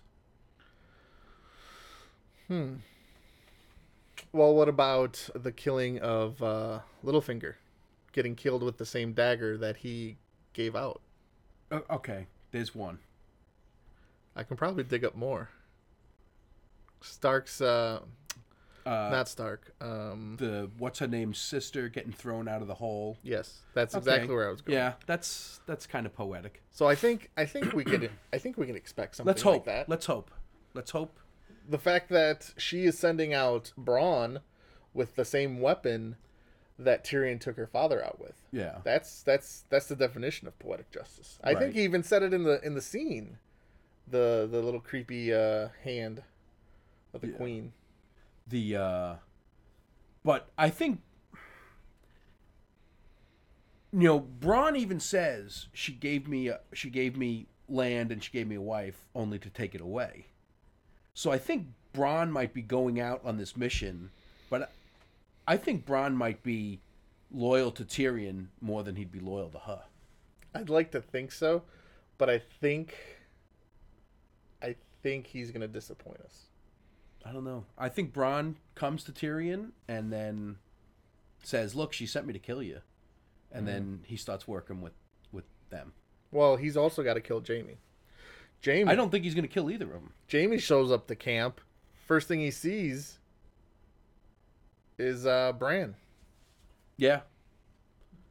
Well, what about the killing of uh, Littlefinger? Getting killed with the same dagger that he gave out.
Uh, okay, there's one.
I can probably dig up more. Stark's, uh,
Uh,
not Stark. Um,
the what's her name's sister getting thrown out of the hole.
yes, that's
Okay.
exactly where I was going.
Yeah, that's that's kind of poetic.
So I think I think we could I think we can expect something
Let's hope.
like that.
Let's hope. Let's hope.
the fact that she is sending out Braun with the same weapon that Tyrion took her father out with.
Yeah.
That's that's that's the definition of poetic justice. I
Right.
think he even said it in the in the scene. The the little creepy uh, hand of the queen.
the uh but I think you know Braun even says she gave me a, she gave me land and she gave me a wife only to take it away. So I think Braun might be going out on this mission, but I think Braun might be loyal to Tyrion more than he'd be loyal to her.
I'd like to think so, but I think I think he's gonna disappoint us.
I don't know. I think Braun comes to Tyrion and then says, "Look, she sent me to kill you," and
Mm-hmm.
then he starts working with with them.
Well, he's also got to kill Jamie. Jamie
I don't think he's going to kill either of them.
Jamie shows up to camp. First thing he sees is uh Bran,
Yeah,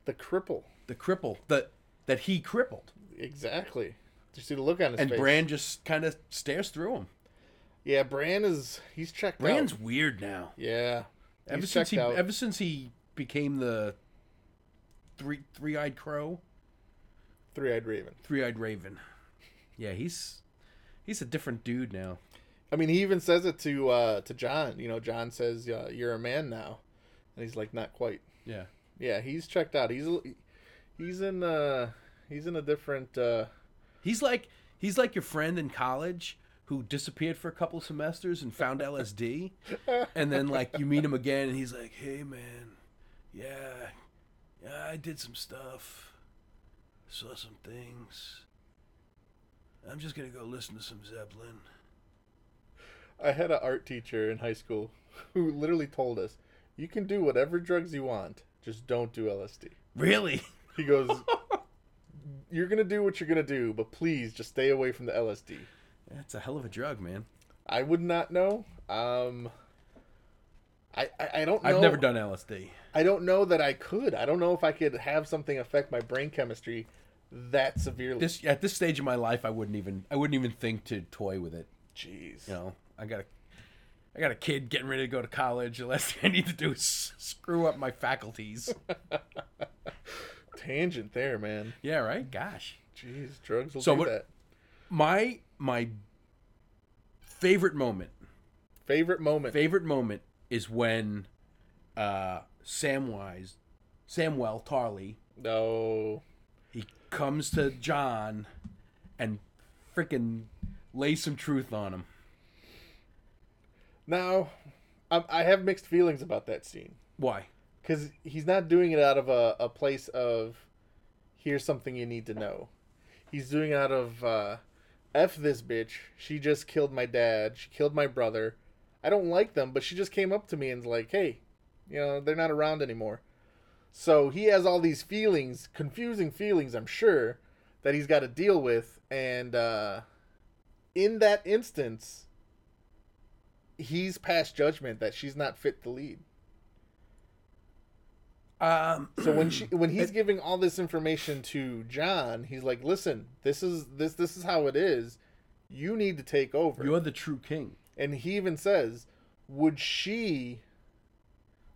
the cripple.
the cripple that that he crippled,
Exactly. Did you see the look on his
and
face?
Bran just kind of stares through him.
Yeah, Bran is he's checked
Bran's
out.
weird now.
Yeah.
Ever
he's checked
since he
out.
ever since he became the three three eyed crow,
Three eyed Raven.
three eyed raven. Yeah, he's he's a different dude now.
I mean he even says it to uh to John. You know, John says, uh, you're a man now and he's like, Not quite.
Yeah,
Yeah, he's checked out. He's a- he's in uh he's in a different uh
he's like he's like your friend in college who disappeared for a couple semesters and found LSD, and then like you meet him again, and he's like, "Hey, man, yeah, yeah, I did some stuff, saw some things. I'm just gonna go listen to some Zeppelin."
I had an art teacher in high school who literally told us, "You can do whatever drugs you want, just don't do LSD."
Really?
He goes, "You're gonna do what you're gonna do, but please just stay away from the LSD."
That's a hell of a drug, man.
I would not know. Um, I I, I don't. Know.
I've never done LSD.
I don't know that I could. I don't know if I could have something affect my brain chemistry that severely.
This at this stage of my life, I wouldn't even I wouldn't even think to toy with it.
Jeez.
You know, I got a I got a kid getting ready to go to college. The last thing I need to do is screw up my faculties.
Tangent there, man.
yeah, right. Gosh,
Jeez, drugs will
So
do
what-
that.
my my favorite moment
Favorite moment.
favorite moment is when uh Samwise Samwell Tarly
no.
he comes to John and freaking lay some truth on him.
Now, I, I have mixed feelings about that scene
Why?
because he's not doing it out of a, a place of here's something you need to know. He's doing it out of uh, f this bitch. She just killed my dad. She killed my brother. I don't like them, but she just came up to me and's like, hey, you know, they're not around anymore. So he has all these feelings, confusing feelings, I'm sure, that he's got to deal with. And uh, in that instance, he's passed judgment that she's not fit to lead.
Um
So when she when he's giving all this information to John, he's like, "Listen, this is this this is how it is. You need to take over."
you're the true king.
and he even says, "Would she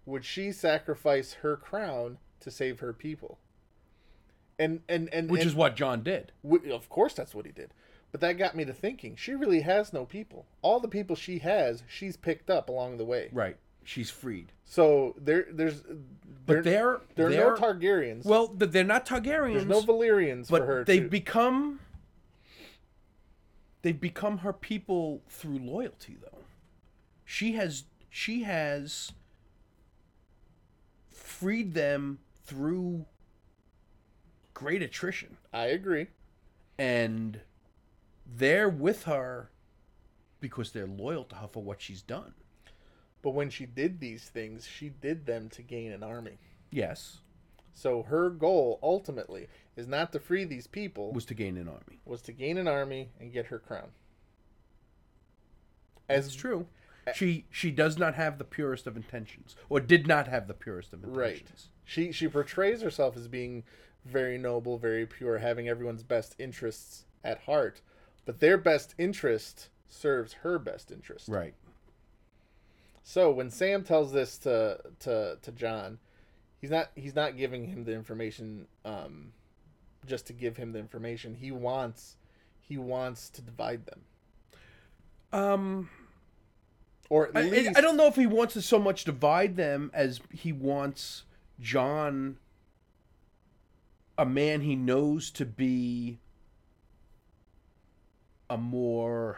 would she sacrifice her crown to save her people?" And and and
Which
and,
is what John did.
w- of course that's what he did. But that got me to thinking. She really has no people. All the people she has, she's picked up along the way.
Right. She's freed.
So there there's
But they're
there
they're,
are no Targaryens.
Well, th- they're not Targaryens.
there's no Valyrians for her.
but they've
to-
become they've become her people through loyalty though she has she has freed them through great attrition
I agree.
and they're with her because they're loyal to her for what she's done
But when she did these things, she did them to gain an army.
yes
So her goal ultimately is not to free these people,
was to gain an army
was to gain an army and get her crown. As
it's true she she does not have the purest of intentions or did not have the purest of
right,
intentions
she she portrays herself as being very noble, very pure, having everyone's best interests at heart, but their best interest serves her best interest.
right
So when Sam tells this to to to John, he's not he's not giving him the information um just to give him the information. He wants he wants to divide them.
um
Or at
I, I-
least
I don't know if he wants to so much divide them as he wants John, a man he knows to be a more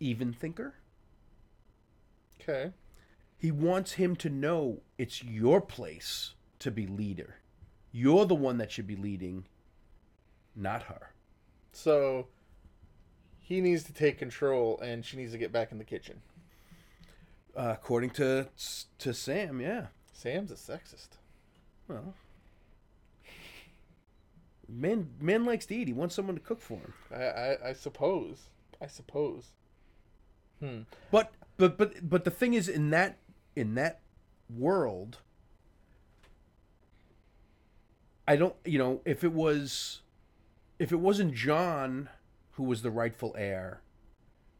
even thinker.
Okay.
He wants him to know it's your place to be leader. You're the one that should be leading, not her.
So he needs to take control and she needs to get back in the kitchen.
Uh, according to to Sam, yeah.
Sam's a sexist.
Well, man, man likes to eat. He wants someone to cook for him.
I I, I suppose. I suppose. Hmm.
But but but but the thing is, in that in that world, I don't. You know, if it was, if it wasn't John who was the rightful heir,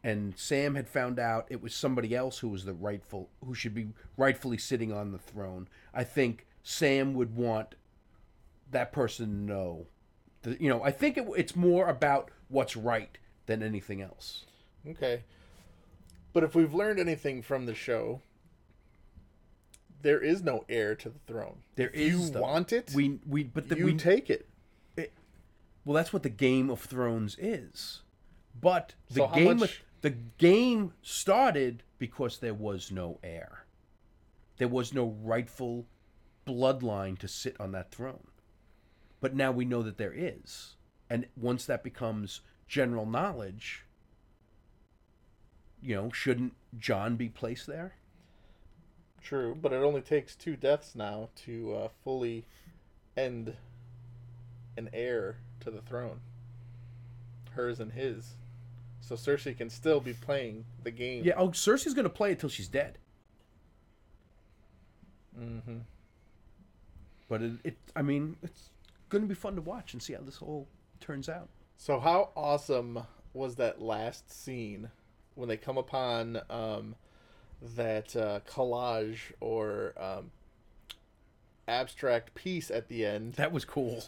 and Sam had found out it was somebody else who was the rightful who should be rightfully sitting on the throne, I think Sam would want that person to know. The, you know, I think it, it's more about what's right than anything else.
Okay. But if we've learned anything from the show, there is no heir to the throne.
There
If
is,
you
though.
want it,
We we but the,
you
we
take it.
well that's what the Game of Thrones is. But the
So how
game
much-
the game started because there was no heir. There was no rightful bloodline to sit on that throne. But now we know that there is. And once that becomes general knowledge, you know, shouldn't John be placed there?
True, but it only takes two deaths now to uh, fully end an heir to the throne. Hers and his. So Cersei can still be playing the game.
Yeah, oh, Cersei's going to play it till she's dead.
Mm-hmm.
But it, it I mean, it's going to be fun to watch and see how this all turns out.
So how awesome was that last scene when they come upon um, that uh, collage or um, abstract piece at the end?
That was cool.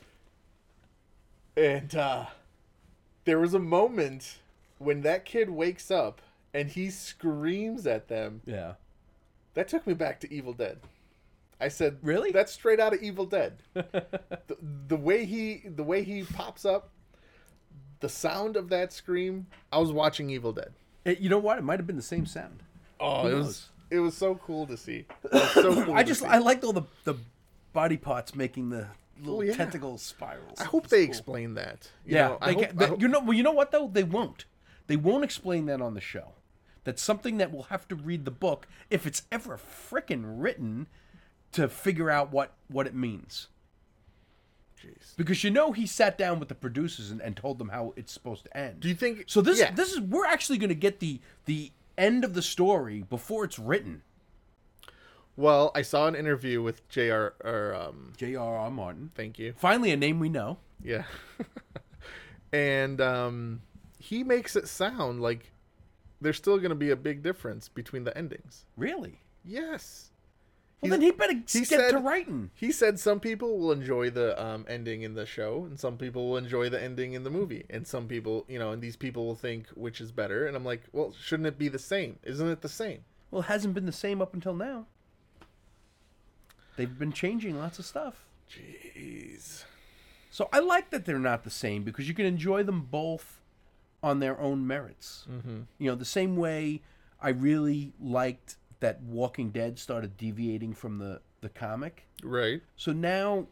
And uh, there was a moment when that kid wakes up and he screams at them.
Yeah.
That took me back to Evil Dead. I said,
Really?
That's straight out of Evil Dead. the, the way he the way he pops up, the sound of that scream. I was watching Evil Dead.
It- you know what? It might have been the same sound.
Oh,
Who
it was
knows?
it was so cool to see. It was so cool
I
to
just
see.
I liked all the the body parts making the little
Oh, yeah.
tentacle spirals.
I hope they explain that. You
yeah,
know, I
they
hope-
ca-
I
they-
hope-
you know. Well, you know what though? They won't. They won't explain that on the show. That's something that we'll have to read the book if it's ever frickin' written to figure out what what it means.
Jeez.
Because you know he sat down with the producers and, and told them how it's supposed to end.
Do you think
so this
yeah.
this is we're actually going to get the the end of the story before it's written.
Well, I saw an interview with J.R. or um,
J.R.R. Martin.
thank you.
Finally, a name we know.
Yeah. and um, he makes it sound like there's still going to be a big difference between the endings.
Really?
Yes.
Well,
He's-
then he better get
said-
to writing.
He said some people will enjoy the um, ending in the show, and some people will enjoy the ending in the movie, and some people, you know, and these people will think which is better. And I'm like, well, shouldn't it be the same? Isn't it the same?
Well, it hasn't been the same up until now. They've been changing lots of stuff.
Jeez.
So I like that they're not the same because you can enjoy them both on their own
Hmm.
merits. Mm-hmm. You know, the same way I really liked that Walking Dead started deviating from the, the comic.
Right.
So now,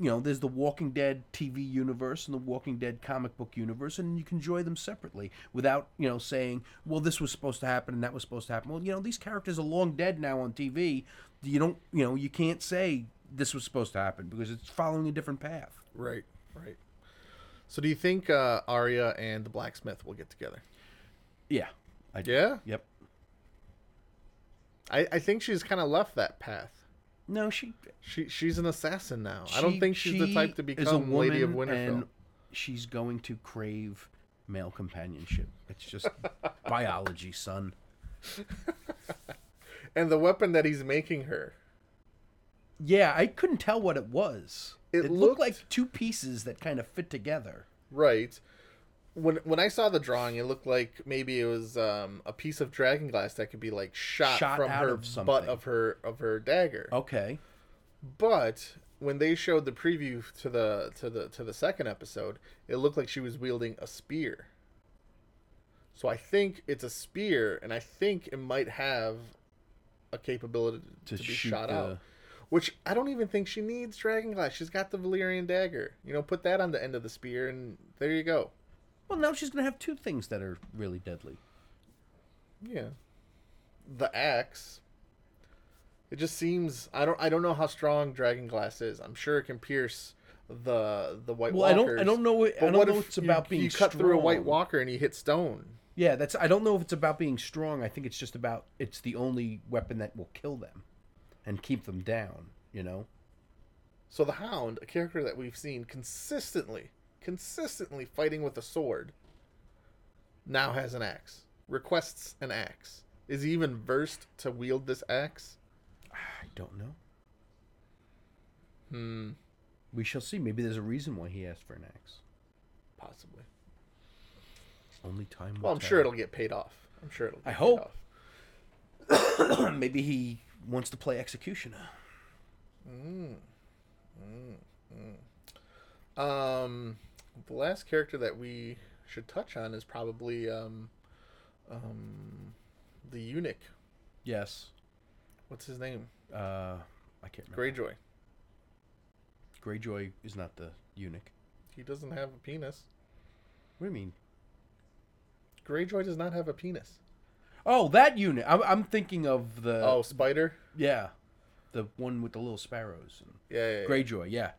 you know, there's the Walking Dead TV universe and the Walking Dead comic book universe, and you can enjoy them separately without, you know, saying, well, this was supposed to happen and that was supposed to happen. Well, you know, these characters are long dead now on TV. You don't, you know, you can't say this was supposed to happen because it's following a different path.
Right. Right. So do you think uh, Arya and the blacksmith will get together?
Yeah. I do.
Yeah.
Yep.
I, I think she's kind of left that path.
No, she.
She she's an assassin now. I don't
she-
think she's the
she
type to
is a
become Lady of
woman,
Winterfell.
and She's going to crave male companionship. It's just biology, son.
And the weapon that he's making her.
Yeah, I couldn't tell what it was.
It
It,
looked-
looked like two pieces that kind of fit together.
Right. When when I saw the drawing, it looked like maybe it was um, a piece of dragon glass that could be like shot,
Shot
from
out
her
of something.
butt of her of her dagger.
Okay.
But when they showed the preview to the to the to the second episode, it looked like she was wielding a spear. So I think it's a spear, and I think it might have a capability to,
To
be
shoot
shot
the-
out. Which I don't even think she needs dragon glass. She's got the Valyrian dagger. You know, put that on the end of the spear, and there you go.
Well, now she's going to have two things that are really deadly.
Yeah. The axe. It just seems I don't I don't know how strong dragon glass is. I'm sure it can pierce the the white
Well, I don't.
walkers.
I don't know. I
But
don't
what
know.
if
It's
you-
about being
you cut through a white
strong.
walker and you hit stone.
Yeah, that's. I don't know if it's about being strong. I think it's just about. It's the only weapon that will kill them, and keep them down. You know.
So the hound, a character that we've seen consistently, consistently fighting with a sword, now has an axe. Requests an axe. Is he even versed to wield this axe?
I don't know.
Hmm,
We shall see. Maybe there's a reason why he asked for an axe.
possibly.
Only time. Will
Well, I'm
tell.
sure it'll get paid off. I'm sure it'll. Get
I
paid
hope.
Off.
Maybe he wants to play executioner.
Um, the last character that we should touch on is probably um, um, the eunuch.
Yes.
What's his name?
Uh, I can't remember.
Greyjoy.
Greyjoy is not the eunuch.
He doesn't have a penis.
What do you mean?
Greyjoy does not have a penis.
Oh, that eunuch. I'm, I'm thinking of the.
oh, Spider.
Yeah. The one with the little sparrows. And
Yeah, yeah, yeah.
Greyjoy, yeah.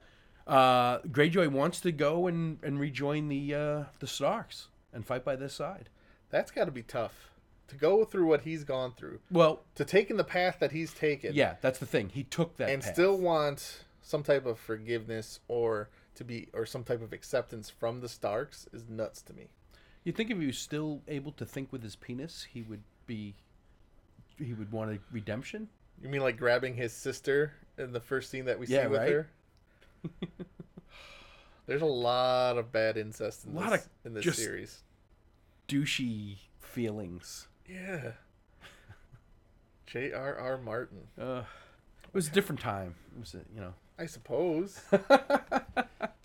Uh, Greyjoy wants to go and, and rejoin the uh, the Starks and fight by their side.
That's got to be tough to go through what he's gone through,
Well,
to taking the path that he's taken,
yeah, that's the thing. He took that
and
path.
still want some type of forgiveness or to be or some type of acceptance from the Starks is nuts to me.
You think if he was still able to think with his penis, he would be, he would want a redemption.
You mean like grabbing his sister in the first scene that we
Yeah,
see with
right?
her? There's a lot of bad incest in
Lot
this,
of
in this
just-
series.
Douchey feelings.
Yeah. J.R.R. Martin,
Uh, it was a different time. It was a, you know.
I suppose.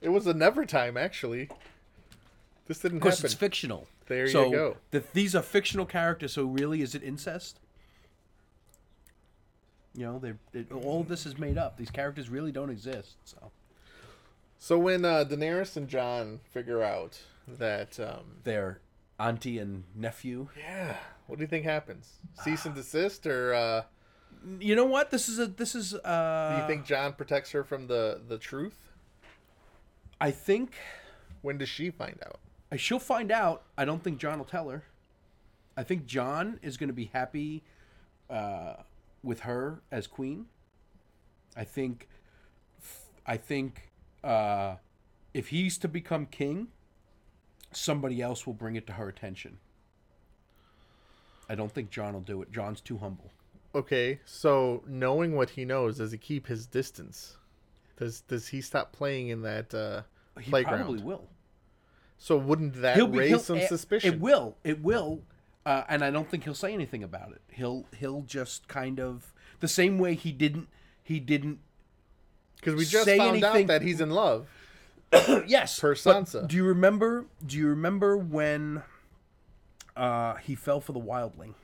it was a never time, actually. This didn't
Of course,
happen.
it's fictional.
There you
so
go.
th- these are fictional characters. So really, is it incest? You know, they're, it, all of this is made up. These characters really don't exist. So
so when uh, Daenerys and John figure out that, um,
they're auntie and nephew.
yeah, what do you think happens? Cease and desist, or uh,
You know what? This is a this is. Uh,
do you think John protects her from the the truth?
I think
When does she find out?
Uh, She'll find out. I don't think John will tell her. I think John is going to be happy uh, with her as queen. I think. I think uh, if he's to become king, somebody else will bring it to her attention. I don't think John will do it. John's too humble.
Okay, so knowing what he knows, does he keep his distance? Does does he stop playing in that uh,
He
playground?
probably will.
So wouldn't that
He'll be,
raise
he'll-
some
it-
suspicion?
It will. It will. Uh, and I don't think he'll say anything about it. He'll he'll just kind of the same way he didn't he didn't
Because we just
say
found out
anything-
that he's in love.
yes
Per
but
Sansa.
Do you remember? Do you remember when uh, he fell for the wildling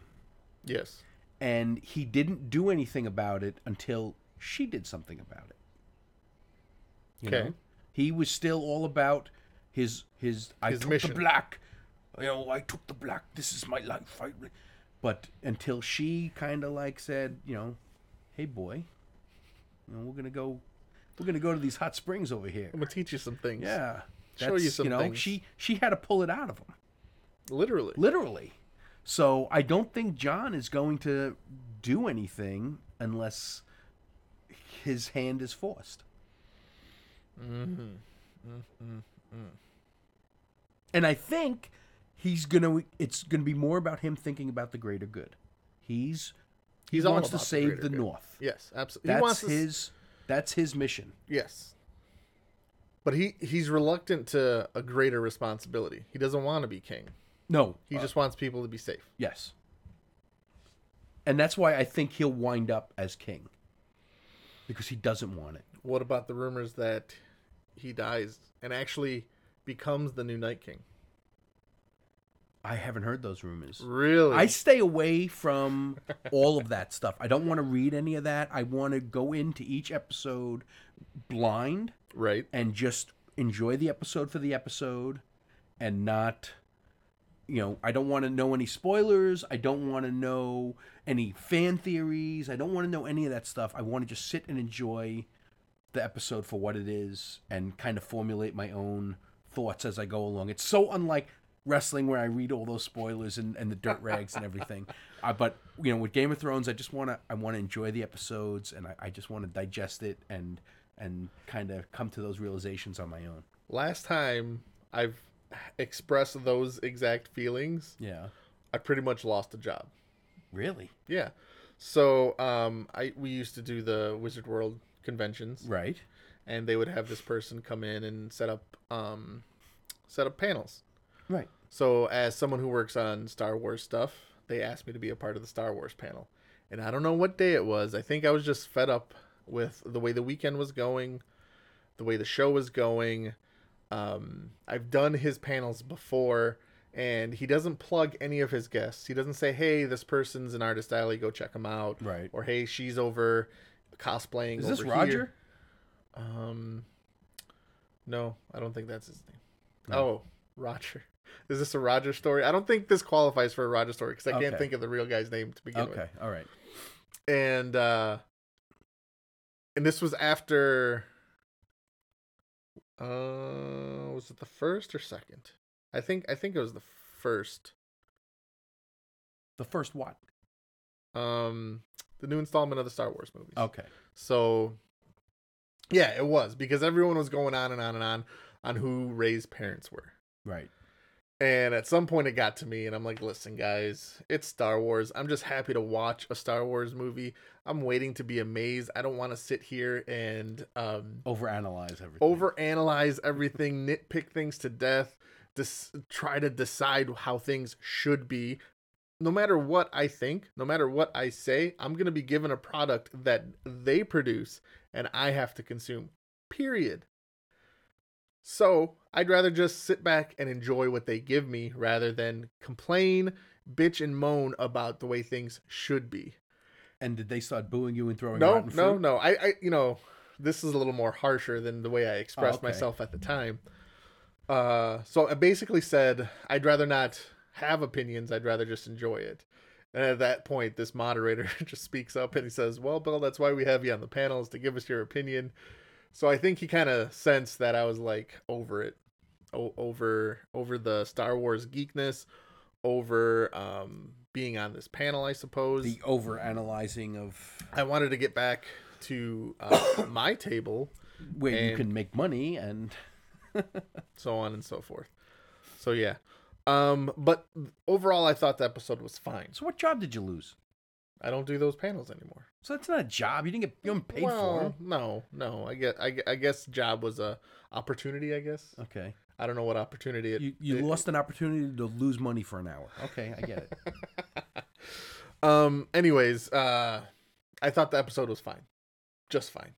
Yes.
and he didn't do anything about it until she did something about it? You
Okay.
know? He was still all about his his. I
His
took
mission.
the black. You know, I took the black. This is my life. I, but until she kind of like said, you know, hey boy, you know, we're gonna go, we're gonna go to these hot springs over here.
I'm gonna teach you some things.
Yeah.
Show
That's,
you some
know,
things.
she she had to pull it out of him,
Literally.
literally. So I don't think John is going to do anything unless his hand is forced. And I think he's gonna. It's gonna be more about him thinking about the greater good. He's he
He's all
wants to
about the
save
greater
the
good.
North.
Yes, absolutely. he
That's
wants to s-
his. That's his mission.
Yes. But he he's reluctant to a greater responsibility. He doesn't want to be king.
No,
He just wants people to be safe.
Yes. And that's why I think he'll wind up as king. Because he doesn't want it.
What about the rumors that he dies and actually becomes the new Night King?
I haven't heard those rumors.
Really?
I stay away from all of that stuff. I don't want to read any of that. I want to go into each episode blind
right.
and just enjoy the episode for the episode and not you know i don't want to know any spoilers i don't want to know any fan theories i don't want to know any of that stuff i want to just sit and enjoy the episode for what it is and kind of formulate my own thoughts as i go along it's so unlike wrestling where i read all those spoilers and, and the dirt rags and everything uh, but you know with game of thrones i just want to i want to enjoy the episodes and i, I just want to digest it and and kind of come to those realizations on my own
Last time I've expressed those exact feelings,
yeah
I pretty much lost a job.
really
Yeah. So um, I we used to do the Wizard World conventions,
right
and they would have this person come in and set up um, set up panels.
Right.
So as someone who works on Star Wars stuff, they asked me to be a part of the Star Wars panel, and I don't know what day it was. I think I was just fed up with the way the weekend was going, the way the show was going. um, I've done his panels before, and he doesn't plug any of his guests. He doesn't say, "Hey, this person's an artist alley. Go check him out."
Right.
Or "Hey, she's over cosplaying."
Is this
over
Roger?
here." Um, no, I don't think that's his name.
No.
Oh, Roger. Is this a Roger story? I don't think this qualifies for a Roger story because I can't
Okay.
think of the real guy's name to begin with
Okay. All right.
and uh and this was after uh was it the first or second i think i think it was the first
The first what?
um the new installment of the star wars movies
Okay.
so yeah it was because everyone was going on and on and on on who ray's parents were
Right.
And at some point, it got to me, and I'm like, listen, guys, it's Star Wars. I'm just happy to watch a Star Wars movie. I'm waiting to be amazed. I don't want to sit here and um,
Overanalyze everything.
overanalyze everything, nitpick things to death, dis- try to decide how things should be. No matter what I think, no matter what I say, I'm going to be given a product that they produce and I have to consume. Period. So I'd rather just sit back and enjoy what they give me rather than complain, bitch, and moan about the way things should be
And did they start booing you and throwing
no
rotten
no
fruit?
no I, I you know this is a little more harsher than the way i expressed
Oh, okay.
myself at the time uh so i basically said i'd rather not have opinions i'd rather just enjoy it and at that point this moderator just speaks up and he says well bill that's why we have you on the panels to give us your opinion so i think he kind of sensed that i was like over it o- over over the star wars geekness over um being on this panel i suppose
The overanalyzing of
I wanted to get back to uh, my table,
where you
And-
can make money and
so on and so forth. So yeah, um, but overall, I thought the episode was fine.
so what job did you lose?
I don't do those panels anymore.
So that's not a job. You didn't get you weren't paid for.
well,
'em.
no, no. I guess I, gue- I guess job was a opportunity. I guess
Okay.
I don't know what opportunity it.
You you
it-
lost an opportunity to lose money for an hour. Okay, I get it.
Um. Anyways, uh, I thought the episode was fine, just fine.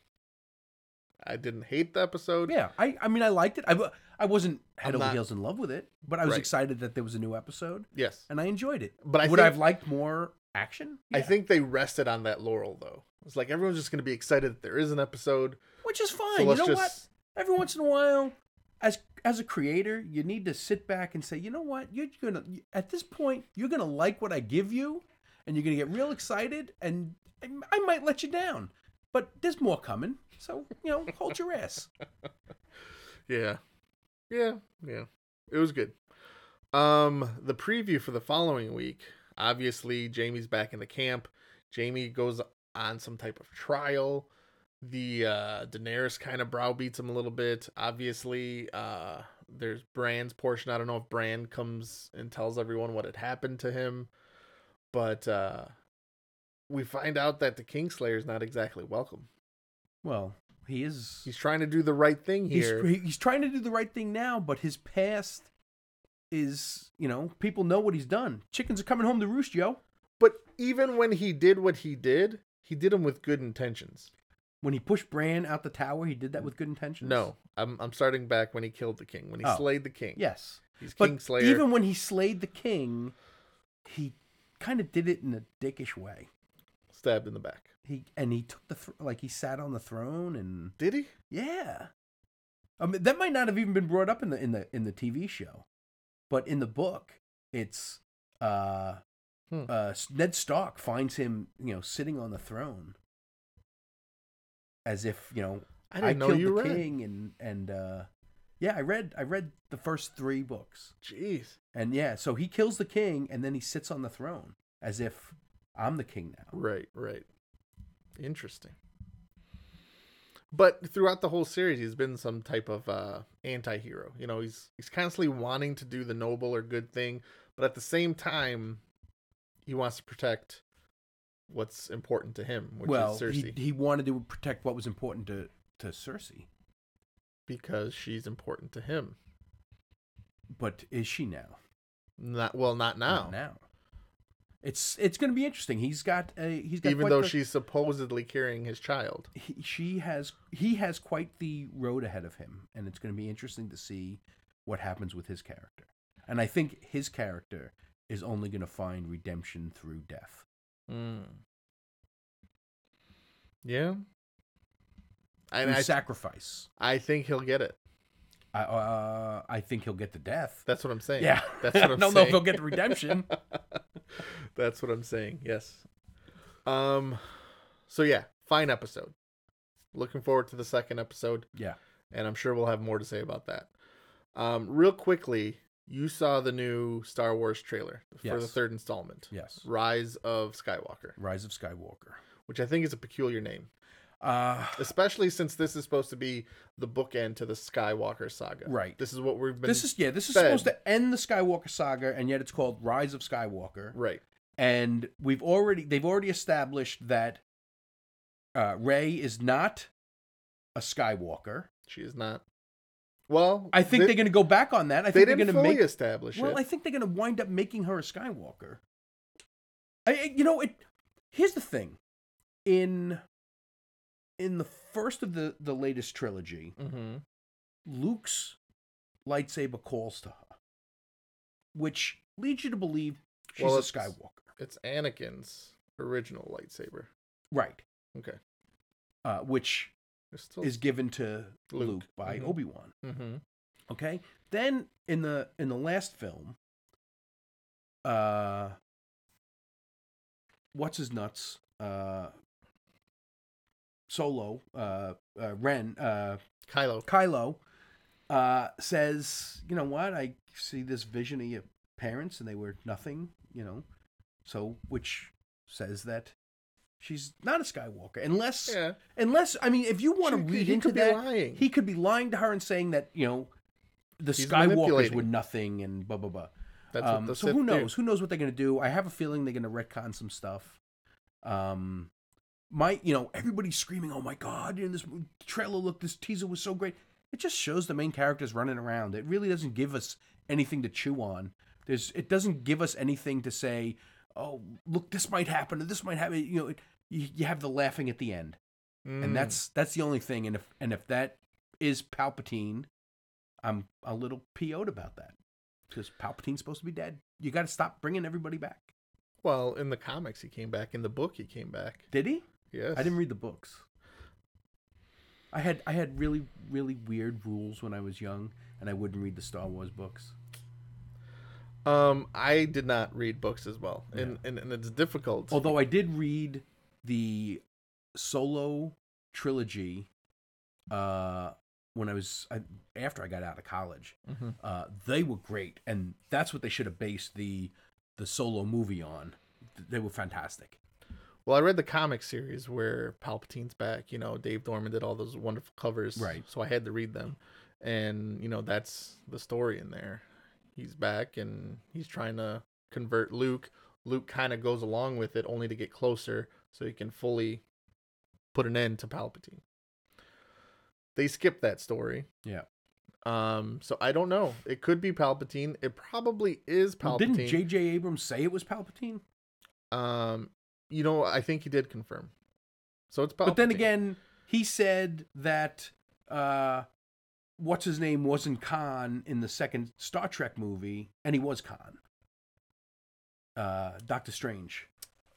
I didn't hate the episode.
yeah, I I mean I liked it. I wa- I wasn't head
I'm
over
not-
heels in love with it, but I was
Right.
excited that there was a new episode
Yes,
and I enjoyed it.
but I
Would
think-
I have liked more action?
I
Yeah.
think they rested on that laurel though. It's like everyone's just gonna be excited that there is an episode.
which is fine.
So
you
let's
know
just
what? Every once in a while, as as a creator, you need to sit back and say, you know what? You're gonna at this point, you're gonna like what I give you, and you're gonna get real excited, and I, I might let you down, but there's more coming. So you know, hold your ass.
Yeah. Yeah, yeah. It was good. Um the preview for the following week, obviously Jamie's back in the camp. Jamie goes on some type of trial. The uh Daenerys kind of browbeats him a little bit. Obviously, uh there's Bran's portion. I don't know if Bran comes and tells everyone what had happened to him, but uh we find out that the Kingslayer's not exactly welcome.
Well, he is.
He's trying to do the right thing
He's,
here.
he- he's trying to do the right thing now, but his past is, you know, people know what he's done. Chickens are coming home to roost, yo.
But even when he did what he did, he did them with good intentions.
When he pushed Bran out the tower, he did that with good intentions.
No, I'm I'm starting back when he killed the king, when he
Oh.
slayed the king.
Yes.
he's
But
king slayer.
even when he slayed the king, he kind of did it in a dickish way.
stabbed in the back.
He and he took the thr like he sat on the throne and
Did he?
yeah. I mean that might not have even been brought up in the in the in the TV show, but in the book, it's uh,
Hmm.
uh, Ned Stark finds him you know sitting on the throne, as if you know
I didn't know
killed
you
the
read.
king and and uh, yeah I read I read the first three books.
Jeez,
And yeah, so he kills the king and then he sits on the throne as if I'm the king now.
right, right. Interesting. But throughout the whole series, he's been some type of uh, anti-hero. You know, he's he's constantly wanting to do the noble or good thing, but at the same time, he wants to protect what's important to him, which
well,
is Cersei.
he, he wanted to protect what was important to, to Cersei.
because she's important to him.
But is she now?
Not well, not now.
Not now. It's it's going to be interesting. He's got a he's got
even
quite
though
the-
she's supposedly carrying his child.
he, she has he has quite the road ahead of him, and it's going to be interesting to see what happens with his character. And I think his character is only going to find redemption through death. Mm.
Yeah. And
through
I,
sacrifice.
I think he'll get it.
I uh, I think he'll get the death.
That's what I'm saying.
yeah,
That's what I'm
I don't
saying.
know if he'll get the redemption.
That's what I'm saying. Yes. Um so yeah, fine episode. Looking forward to the second episode
yeah,
and I'm sure we'll have more to say about that. Um real quickly, you saw the new Star Wars trailer for the
Yes.
third installment.
yes.
Rise of Skywalker,
Rise of Skywalker.
which I think is a peculiar name,
Uh,
especially since this is supposed to be the bookend to the Skywalker saga.
Right.
This is what we've been
this is yeah. This is
fed.
supposed to end the Skywalker saga, and yet it's called Rise of Skywalker.
right.
and we've already they've already established that uh, Ray is not a Skywalker.
She is not. Well,
I think they, are going to go back on that. I
they
think they're going
didn't
to
fully
make.
establish
Well,
it.
I think they're going to wind up making her a Skywalker. I, I- you know, it. Here's the thing, in in the first of the the latest trilogy,
mm-hmm.
Luke's lightsaber calls to her, which leads you to believe she's
Well,
a
it's-
Skywalker,
It's Anakin's original lightsaber.
right?
Okay.
Uh, which
There's still
is given to
Luke.
Luke, by
Mhm.
Obi Wan.
hmm
Okay. Then in the in the last film, uh, what's his nuts? Uh, Solo, uh, uh, Ren, uh,
Kylo.
Kylo, uh, says, you know what? I see this vision of your parents, and they were nothing. You know, so which says that she's not a Skywalker, unless
Yeah.
Unless I mean, if you want
She
to
could-
read
he
into
could be
that,
lying.
he could be lying to her and saying that you know the
He's
Skywalkers
manipulating.
were nothing and blah blah blah.
That's
um,
what the
so
Sith
who
do.
knows? Who knows what they're gonna do? I have a feeling they're gonna retcon some stuff. Um, my you know everybody's screaming, "Oh my god!" You know this trailer look, this teaser was so great. It just shows the main characters running around. It really doesn't give us anything to chew on. There's it doesn't give us anything to say. Oh, look, this might happen, or this might happen. You know, it, you, you have the laughing at the end
Mm.
and that's that's the only thing. And if and if that is Palpatine, I'm a little po'd about that because Palpatine's supposed to be dead. You got to stop bringing everybody back.
well in the comics. He came back in the book. He came back.
Did he?
Yes.
I didn't read the books. I had I had really really weird rules when I was young, and I wouldn't read the Star Wars books.
Um, I did not read books as well, and and, and it's difficult.
Although I did read the solo trilogy uh, when I was I, after I got out of college.
Mhm.
Uh, they were great, and that's what they should have based the the solo movie on. Th- They were fantastic.
Well, I read the comic series where Palpatine's back. You know, Dave Dorman did all those wonderful covers,
Right.
So I had to read them, and you know that's the story in there. He's back, and he's trying to convert Luke. Luke kind of goes along with it, only to get closer, so he can fully put an end to Palpatine. They skipped that story.
Yeah.
Um. So I don't know. It could be Palpatine. It probably is Palpatine.
Well, didn't J.J. Abrams say it was Palpatine?
Um, you know, I think he did confirm. So it's Palpatine.
But then again, he said that uh, what's his name wasn't Khan in the second Star Trek movie, and he was Khan. Uh, Doctor Strange.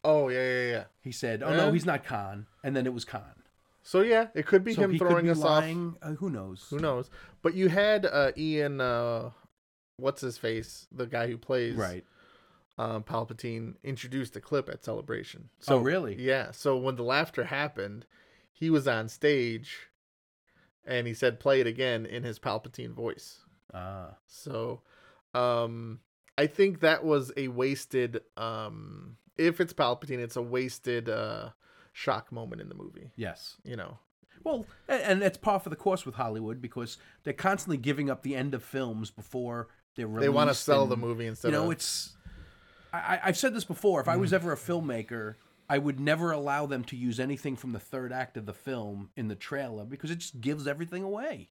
oh yeah, yeah, yeah.
He said, "Oh no,
Eh?
he's not Khan," and then it was Khan.
So yeah, it could be
so
him
he
throwing
could be
us off.
lying. Uh, who knows?
Who knows? But you had uh, Ian, uh, what's his face, the guy who plays
Right.
um, Palpatine, introduced a clip at Celebration.
oh really?
Yeah. So when the laughter happened, he was on stage, and he said, "Play it again" in his Palpatine voice.
Ah.
So um I think that was a wasted um if it's Palpatine, it's a wasted uh shock moment in the movie,
yes.
you know.
Well, a- and that's par for the course with Hollywood because they're constantly giving up the end of films before they're released.
They want to sell the
and-
movie instead
You know,
of
it's. I, I- I've said this before. If I
Hmm.
was ever a filmmaker, I would never allow them to use anything from the third act of the film in the trailer because it just gives everything away.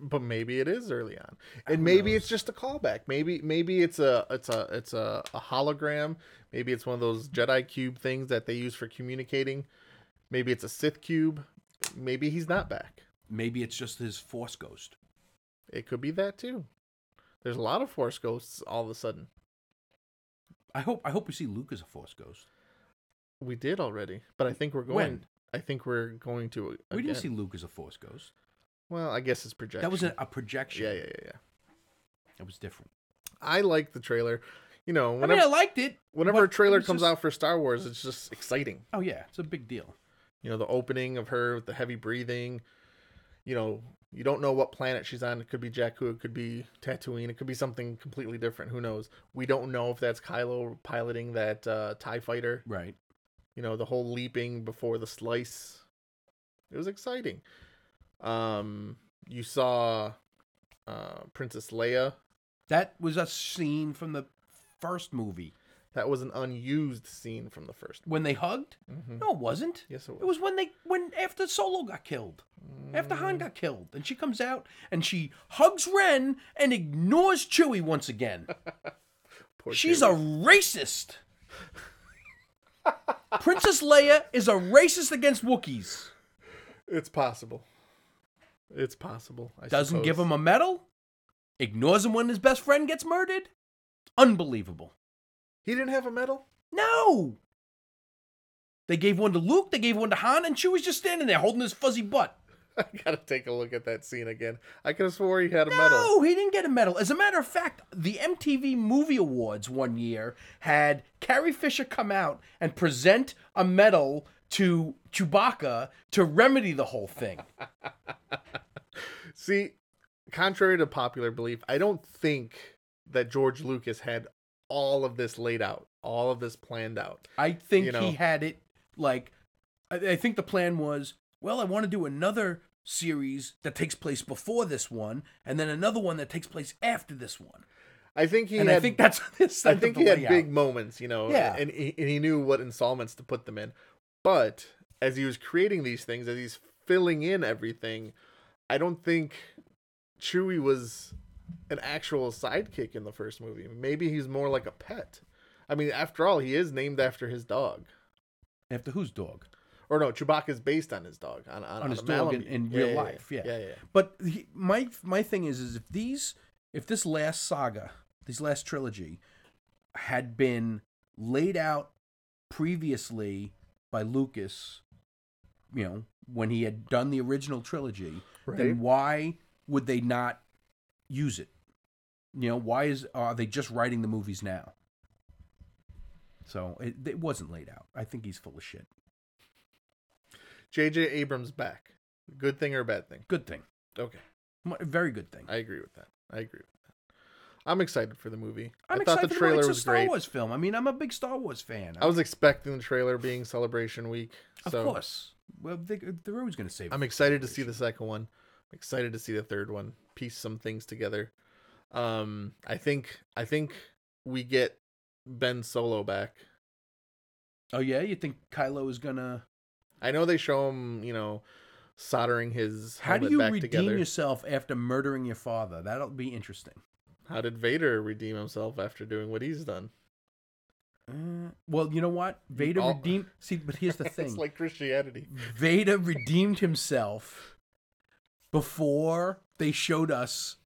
but maybe it is early on, and maybe it's just a callback. Maybe maybe it's a it's a it's a, a hologram. Maybe it's one of those Jedi cube things that they use for communicating. Maybe it's a Sith cube. Maybe he's not back.
Maybe it's just his force ghost.
It could be that too. There's a lot of force ghosts all of a sudden.
I hope I hope we see Luke as a force ghost.
We did already, but I think we're going.
When?
I think we're going to. Again.
We didn't see Luke as a force ghost.
Well, I guess it's projection.
That was a, a projection.
yeah, yeah, yeah, yeah.
It was different.
I like the trailer. You know,
I
whenever
mean, I liked it.
whenever
but
a trailer
it was
comes
just- Mm.
out for Star Wars, it's just exciting.
oh yeah, it's a big deal.
You know, the opening of her with the heavy breathing. You know, you don't know what planet she's on. It could be Jakku. It could be Tatooine. It could be something completely different. Who knows? We don't know if that's Kylo piloting that uh, Tie Fighter.
Right.
You know, the whole leaping before the slice. It was exciting. Um, you saw uh, Princess Leia.
That was a scene from the first movie
That was an unused scene from the first.
when they hugged.
Mhm.
No, it wasn't.
Yes, it was.
It was when they when after Solo got killed, after Han got killed, and she comes out and she hugs Ren and ignores Chewie once again.
Poor
She's
Chewie.
a racist. Princess Leia is a racist against Wookiees.
It's possible. It's possible. I
Doesn't give
suppose.
him a medal. Ignores him when his best friend gets murdered. Unbelievable.
He didn't have a medal.
No. They gave one to Luke. They gave one to Han, and Chewie's just standing there holding his fuzzy butt.
I gotta take a look at that scene again. I could have swore he had a medal.
No, he didn't get a medal. As a matter of fact, the MTV Movie Awards one year had Carrie Fisher come out and present a medal to Chewbacca to remedy the whole thing.
See, contrary to popular belief, I don't think that George Lucas had all of this laid out, all of this planned out.
I think
You know.
he had it like I, I think the plan was, well, I want to do another series that takes place before this one, and then another one that takes place after this one.
I think he
and
had.
I think that's this.
I think he had big moments, you know,
Yeah.
and he, and he knew what installments to put them in. But as he was creating these things, as he's filling in everything, I don't think Chewie was an actual sidekick in the first movie. Maybe he's more like a pet. I mean, after all, he is named after his dog.
after whose dog?
Or no, Chewbacca's based on his dog on, on,
on his
a
dog in,
Malamute.
in
Yeah,
real
yeah,
life. Yeah.
yeah, yeah.
But he, my my thing is is if these if this last saga, this last trilogy, had been laid out previously by Lucas, you know, when he had done the original trilogy,
Right.
then why would they not use it? You know, why is are they just writing the movies now? So it, it wasn't laid out. I think he's full of shit.
J.J. Abrams back. Good thing or bad thing?
Good thing,
Okay,
M- very good thing.
I agree with that. I agree with that. I'm excited for the movie.
I'm
I thought
excited
the
for
trailer
it's a
was
Star
great.
Wars film. I mean, I'm a big Star Wars fan.
I was expecting the trailer being Celebration Week.
of
So
course. Well, they, they're always going to save. it
I'm
for
excited to see the
celebration.
second one. I'm excited to see the third one. Piece some things together. Um, I think I think we get Ben Solo back.
Oh yeah, you think Kylo is gonna?
I know they show him, you know, soldering his
How do
helmet
you
back
redeem
together.
yourself after murdering your father? That'll be interesting.
How did Vader redeem himself after doing what he's done?
Uh, well, you know what? Vader
all-
redeemed. See, but here's the thing:
it's like Christianity.
Vader redeemed himself before they showed us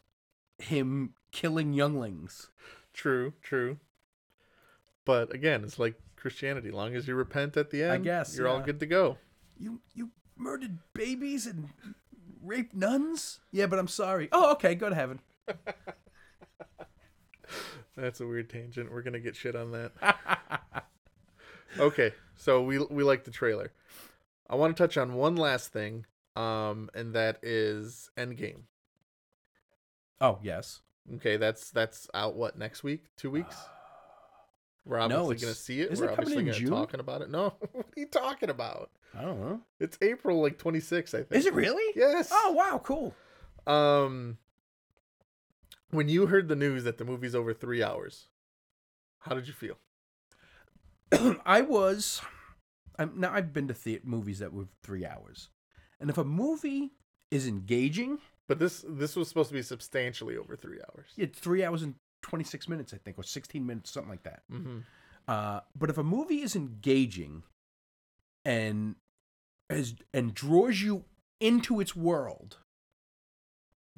him killing younglings.
True, true. But again, it's like Christianity. Long as you repent at the end,
guess,
you're all
yeah.
good to go.
You you murdered babies and raped nuns? Yeah, but I'm sorry. Oh, okay, go to heaven.
That's a weird tangent. We're gonna get shit on that. okay, so we we like the trailer. I want to touch on one last thing, um, and that is Endgame.
Oh, yes.
Okay, that's that's out what next week? Two weeks? We're obviously
it's-
gonna see it.
isn't
We're
it coming
obviously
in
gonna
June?
talking about it. No, what are you talking about?
I don't know.
It's April like 26th, I think.
Is it really?
Yes.
Oh, wow, cool.
Um, when you heard the news that the movie's over three hours, how did you feel?
I was. I'm, now I've been to the- movies that were three hours, and if a movie is engaging
But this this was supposed to be substantially over three hours.
It's three hours and 26 minutes, I think, or 16 minutes, something like that.
Mm-hmm.
Uh, but if a movie is engaging and as and draws you into its world,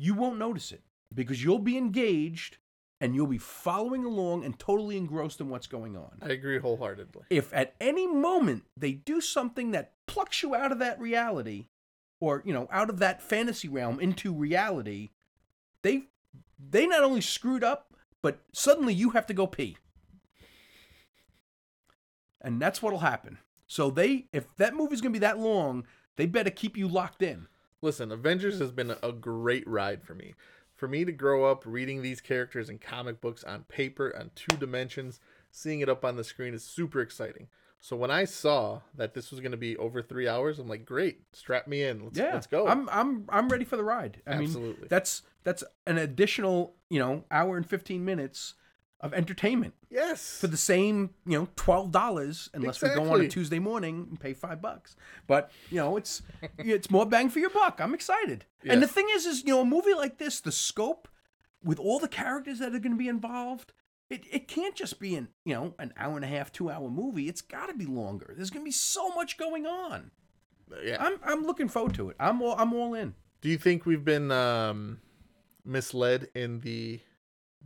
you won't notice it because you'll be engaged and you'll be following along and totally engrossed in what's going on.
I agree wholeheartedly.
If at any moment they do something that plucks you out of that reality or, you know, out of that fantasy realm into reality, they they not only screwed up, but suddenly you have to go pee. And that's what'll happen. So they if that movie's going to be that long, they better keep you locked in.
Listen, Avengers has been a- a great ride for me. For me to grow up reading these characters in comic books on paper on two dimensions, seeing it up on the screen is super exciting. So when I saw that this was going to be over three hours, I'm like, great, strap me in, let's, let's go.
I'm I'm I'm ready for the ride. I
Absolutely.
mean, that's that's an additional you know hour and fifteen minutes of entertainment
yes,
for the same you know twelve dollars unless we go on a
Exactly.
Tuesday morning and pay five bucks. But you know it's it's more bang for your buck. I'm excited. And the
Yes.
thing is, is you know a movie like this, the scope with all the characters that are going to be involved. It, it can't just be an you know an hour and a half two hour movie. It's got to be longer. There's going to be so much going on.
yeah.
I'm I'm looking forward to it. I'm all I'm all in.
Do you think we've been um, misled in the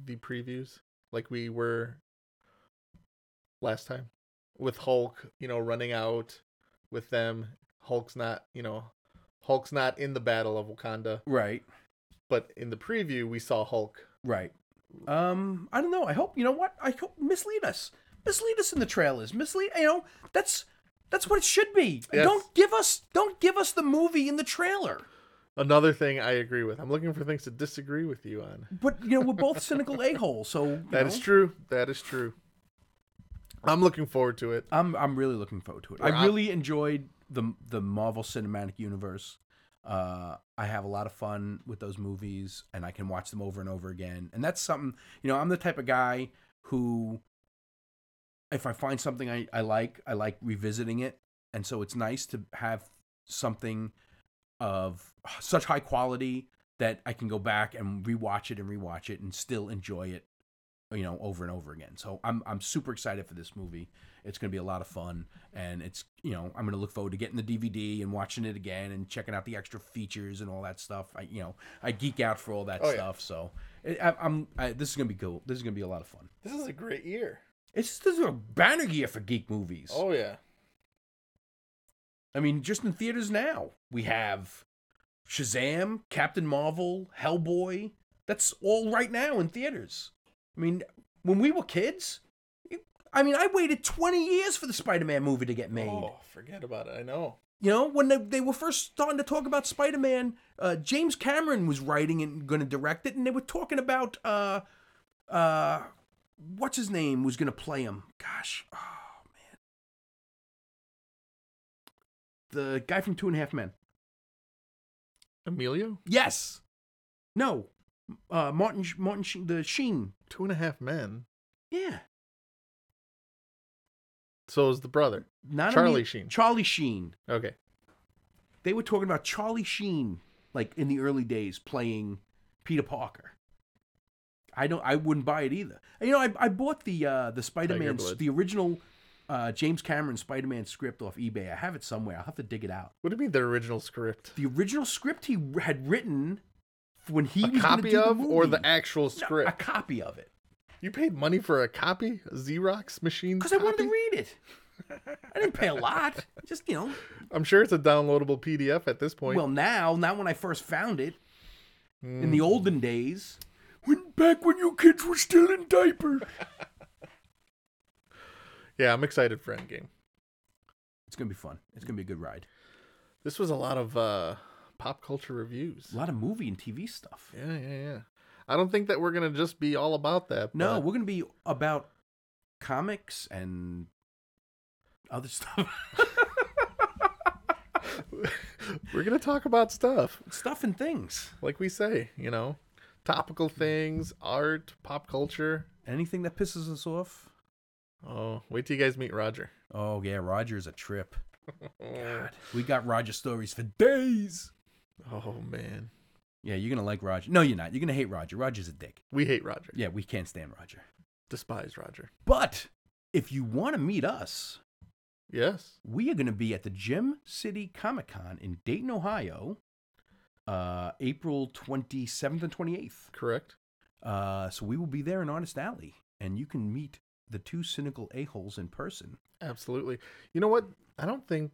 the previews like we were last time with Hulk, you know, running out with them? Hulk's not, you know, Hulk's not in the battle of Wakanda,
Right.
but in the preview we saw Hulk.
Right. Um, I don't know. I hope you know what. I hope mislead us. Mislead us in the trailers. Mislead. You know that's that's what it should be.
Yes.
Don't give us don't give us the movie in the trailer.
Another thing I agree with. I'm looking for things to disagree with you on.
But you know we're both cynical a holes, so you
That is
know,
true. That is true. I'm looking forward to it.
I'm I'm really looking forward to it.
We're
I
on-
really enjoyed the the Marvel Cinematic Universe. Uh, I have a lot of fun with those movies, and I can watch them over and over again. And that's something you know. I'm the type of guy who, if I find something I, I like, I like revisiting it. And so it's nice to have something of such high quality that I can go back and rewatch it and rewatch it and still enjoy it, you know, over and over again. So I'm I'm super excited for this movie. It's going to be a lot of fun, and it's you know I'm going to look forward to getting the DVD and watching it again and checking out the extra features and all that stuff. I you know I geek out for all that
Oh, yeah.
stuff. So it, I, I'm I, this is going to be cool. This is going to be a lot of fun.
This is a great year.
It's this is a banner year for geek movies.
Oh yeah.
I mean, just in theaters now, we have Shazam, Captain Marvel, Hellboy. That's all right now in theaters. I mean, when we were kids, you- I mean, I waited 20 years for the Spider-Man movie to get made.
Oh, forget about it. I know.
You know, when they, they were first starting to talk about Spider-Man, uh, James Cameron was writing and going to direct it, and they were talking about uh, uh, what's his name was going to play him. Gosh, oh man, the guy from Two and a Half Men.
Emilio?
Yes, no, uh, Martin Sh- Martin Sheen, the Sheen.
Two and a half men.
Yeah,
So is the brother.
not
Charlie
only-
Sheen.
Charlie Sheen.
Okay.
They were talking about Charlie Sheen, like in the early days, playing Peter Parker. I don't. I wouldn't buy it either. You know, I, I bought the uh, the Spider Man,
Blood.
the original uh, James Cameron Spider Man script off eBay. I have it somewhere. I'll have to dig it out.
What do you mean the original script?
The original script he had written when he
A
was gonna
copy
do
of
the
or
movie.
the actual
No,
script?
a copy of it
You paid money for a copy? A Xerox machine?
because I wanted to
copy?
read it. I didn't pay a lot. Just you know,
I'm sure it's a downloadable PDF at this point.
Well, now, not when I first found it. In the olden days, when back when you kids were still in diapers.
yeah, I'm excited for Endgame.
It's gonna be fun. It's gonna be a good ride.
This was a lot of uh, pop culture reviews.
A lot of movie and TV stuff.
Yeah, yeah, yeah. I don't think that we're gonna just be all about that.
No,
but
we're gonna be about comics and other stuff.
we're gonna talk about stuff
stuff and things.
like we say. You know, topical things, art, pop culture.
Anything that pisses us off.
Oh, wait till you guys meet Roger.
Oh yeah, Roger's a trip. God. We got Roger stories for days.
Oh man.
Yeah, you're gonna like Roger. No, you're not. You're gonna hate Roger. Roger's a dick.
We hate Roger.
Yeah, we can't stand Roger.
Despise Roger.
But if you want to meet us,
Yes.
we are going to be at the Gem City Comic Con in Dayton, Ohio, uh, April 27th and 28th.
Correct.
Uh, so we will be there in Honest Alley, and you can meet the two cynical a-holes in person.
Absolutely. You know what? I don't think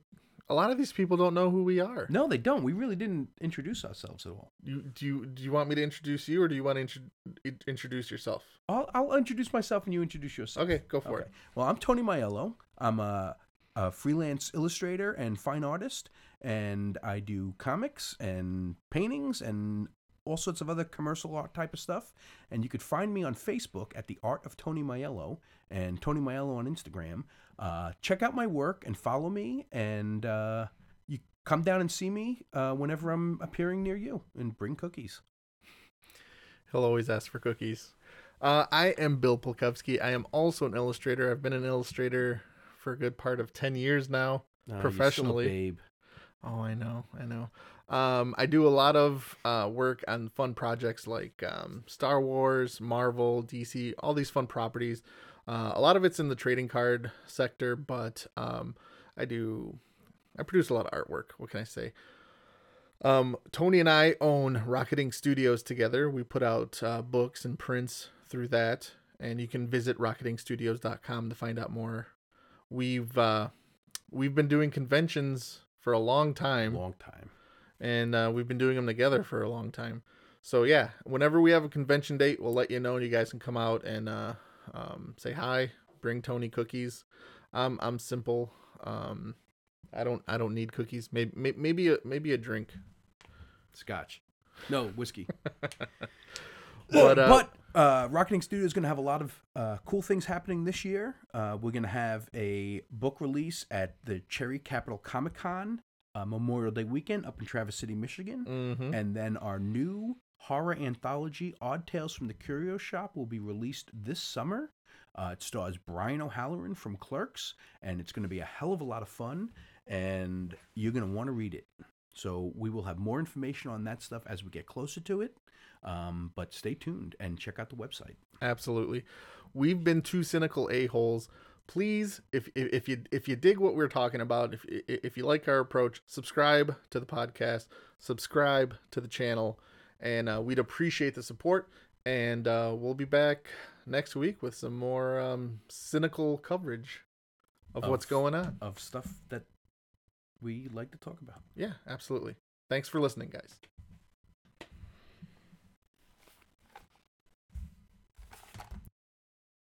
a lot of these people don't know who we are.
No, they don't. We really didn't introduce ourselves at all.
You, do you do you want me to introduce you or do you want to intro- in- introduce yourself?
I'll, I'll introduce myself and you introduce yourself.
Okay, go for it.
Well, I'm Tony Maiello. I'm a, a freelance illustrator and fine artist, and I do comics and paintings and all sorts of other commercial art type of stuff. And you could find me on Facebook at the Art of Tony Maiello and Tony Maiello on Instagram. Uh, check out my work and follow me, and uh, you come down and see me uh, whenever I'm appearing near you, and bring cookies.
He'll always ask for cookies. Uh, I am Bill Polkowski. I am also an illustrator. I've been an illustrator for a good part of 10 years now. Professionally.
babe.
Oh, I know, I know. Um, I do a lot of uh, work on fun projects like um, Star Wars, Marvel, DC, all these fun properties. Uh, a lot of it's in the trading card sector, but um, I do, I produce a lot of artwork. What can I say? Um, Tony and I own Rocketing Studios together. We put out uh, books and prints through that, and you can visit rocketingstudios.com to find out more. We've uh, we've been doing conventions for a long time
Long time.
and uh, we've been doing them together for a long time. So yeah, whenever we have a convention date, we'll let you know, and you guys can come out and uh, um, say hi. Bring Tony cookies. Um, I'm simple. Um, I don't I don't need cookies. Maybe maybe a, maybe a drink.
Scotch. No, whiskey.
But,
But,
uh,
uh, Rocketing Studio is going to have a lot of uh, cool things happening this year. Uh, we're going to have a book release at the Cherry Capital Comic Con uh, Memorial Day weekend up in Travis City, Michigan.
Mm-hmm.
And then our new horror anthology, Odd Tales from the Curio Shop, will be released this summer. Uh, it stars Brian O'Halloran from Clerks, and it's going to be a hell of a lot of fun, and you're going to want to read it. So we will have more information on that stuff as we get closer to it. Um, but stay tuned and check out the website.
Absolutely. We've been two cynical a-holes. Please, if, if if you if you dig what we're talking about, if if you like our approach, subscribe to the podcast, subscribe to the channel, and uh, we'd appreciate the support. And uh, we'll be back next week with some more um, cynical coverage of what's
Of-
going on.
Of stuff that we like to talk about.
Yeah, absolutely. Thanks for listening, guys.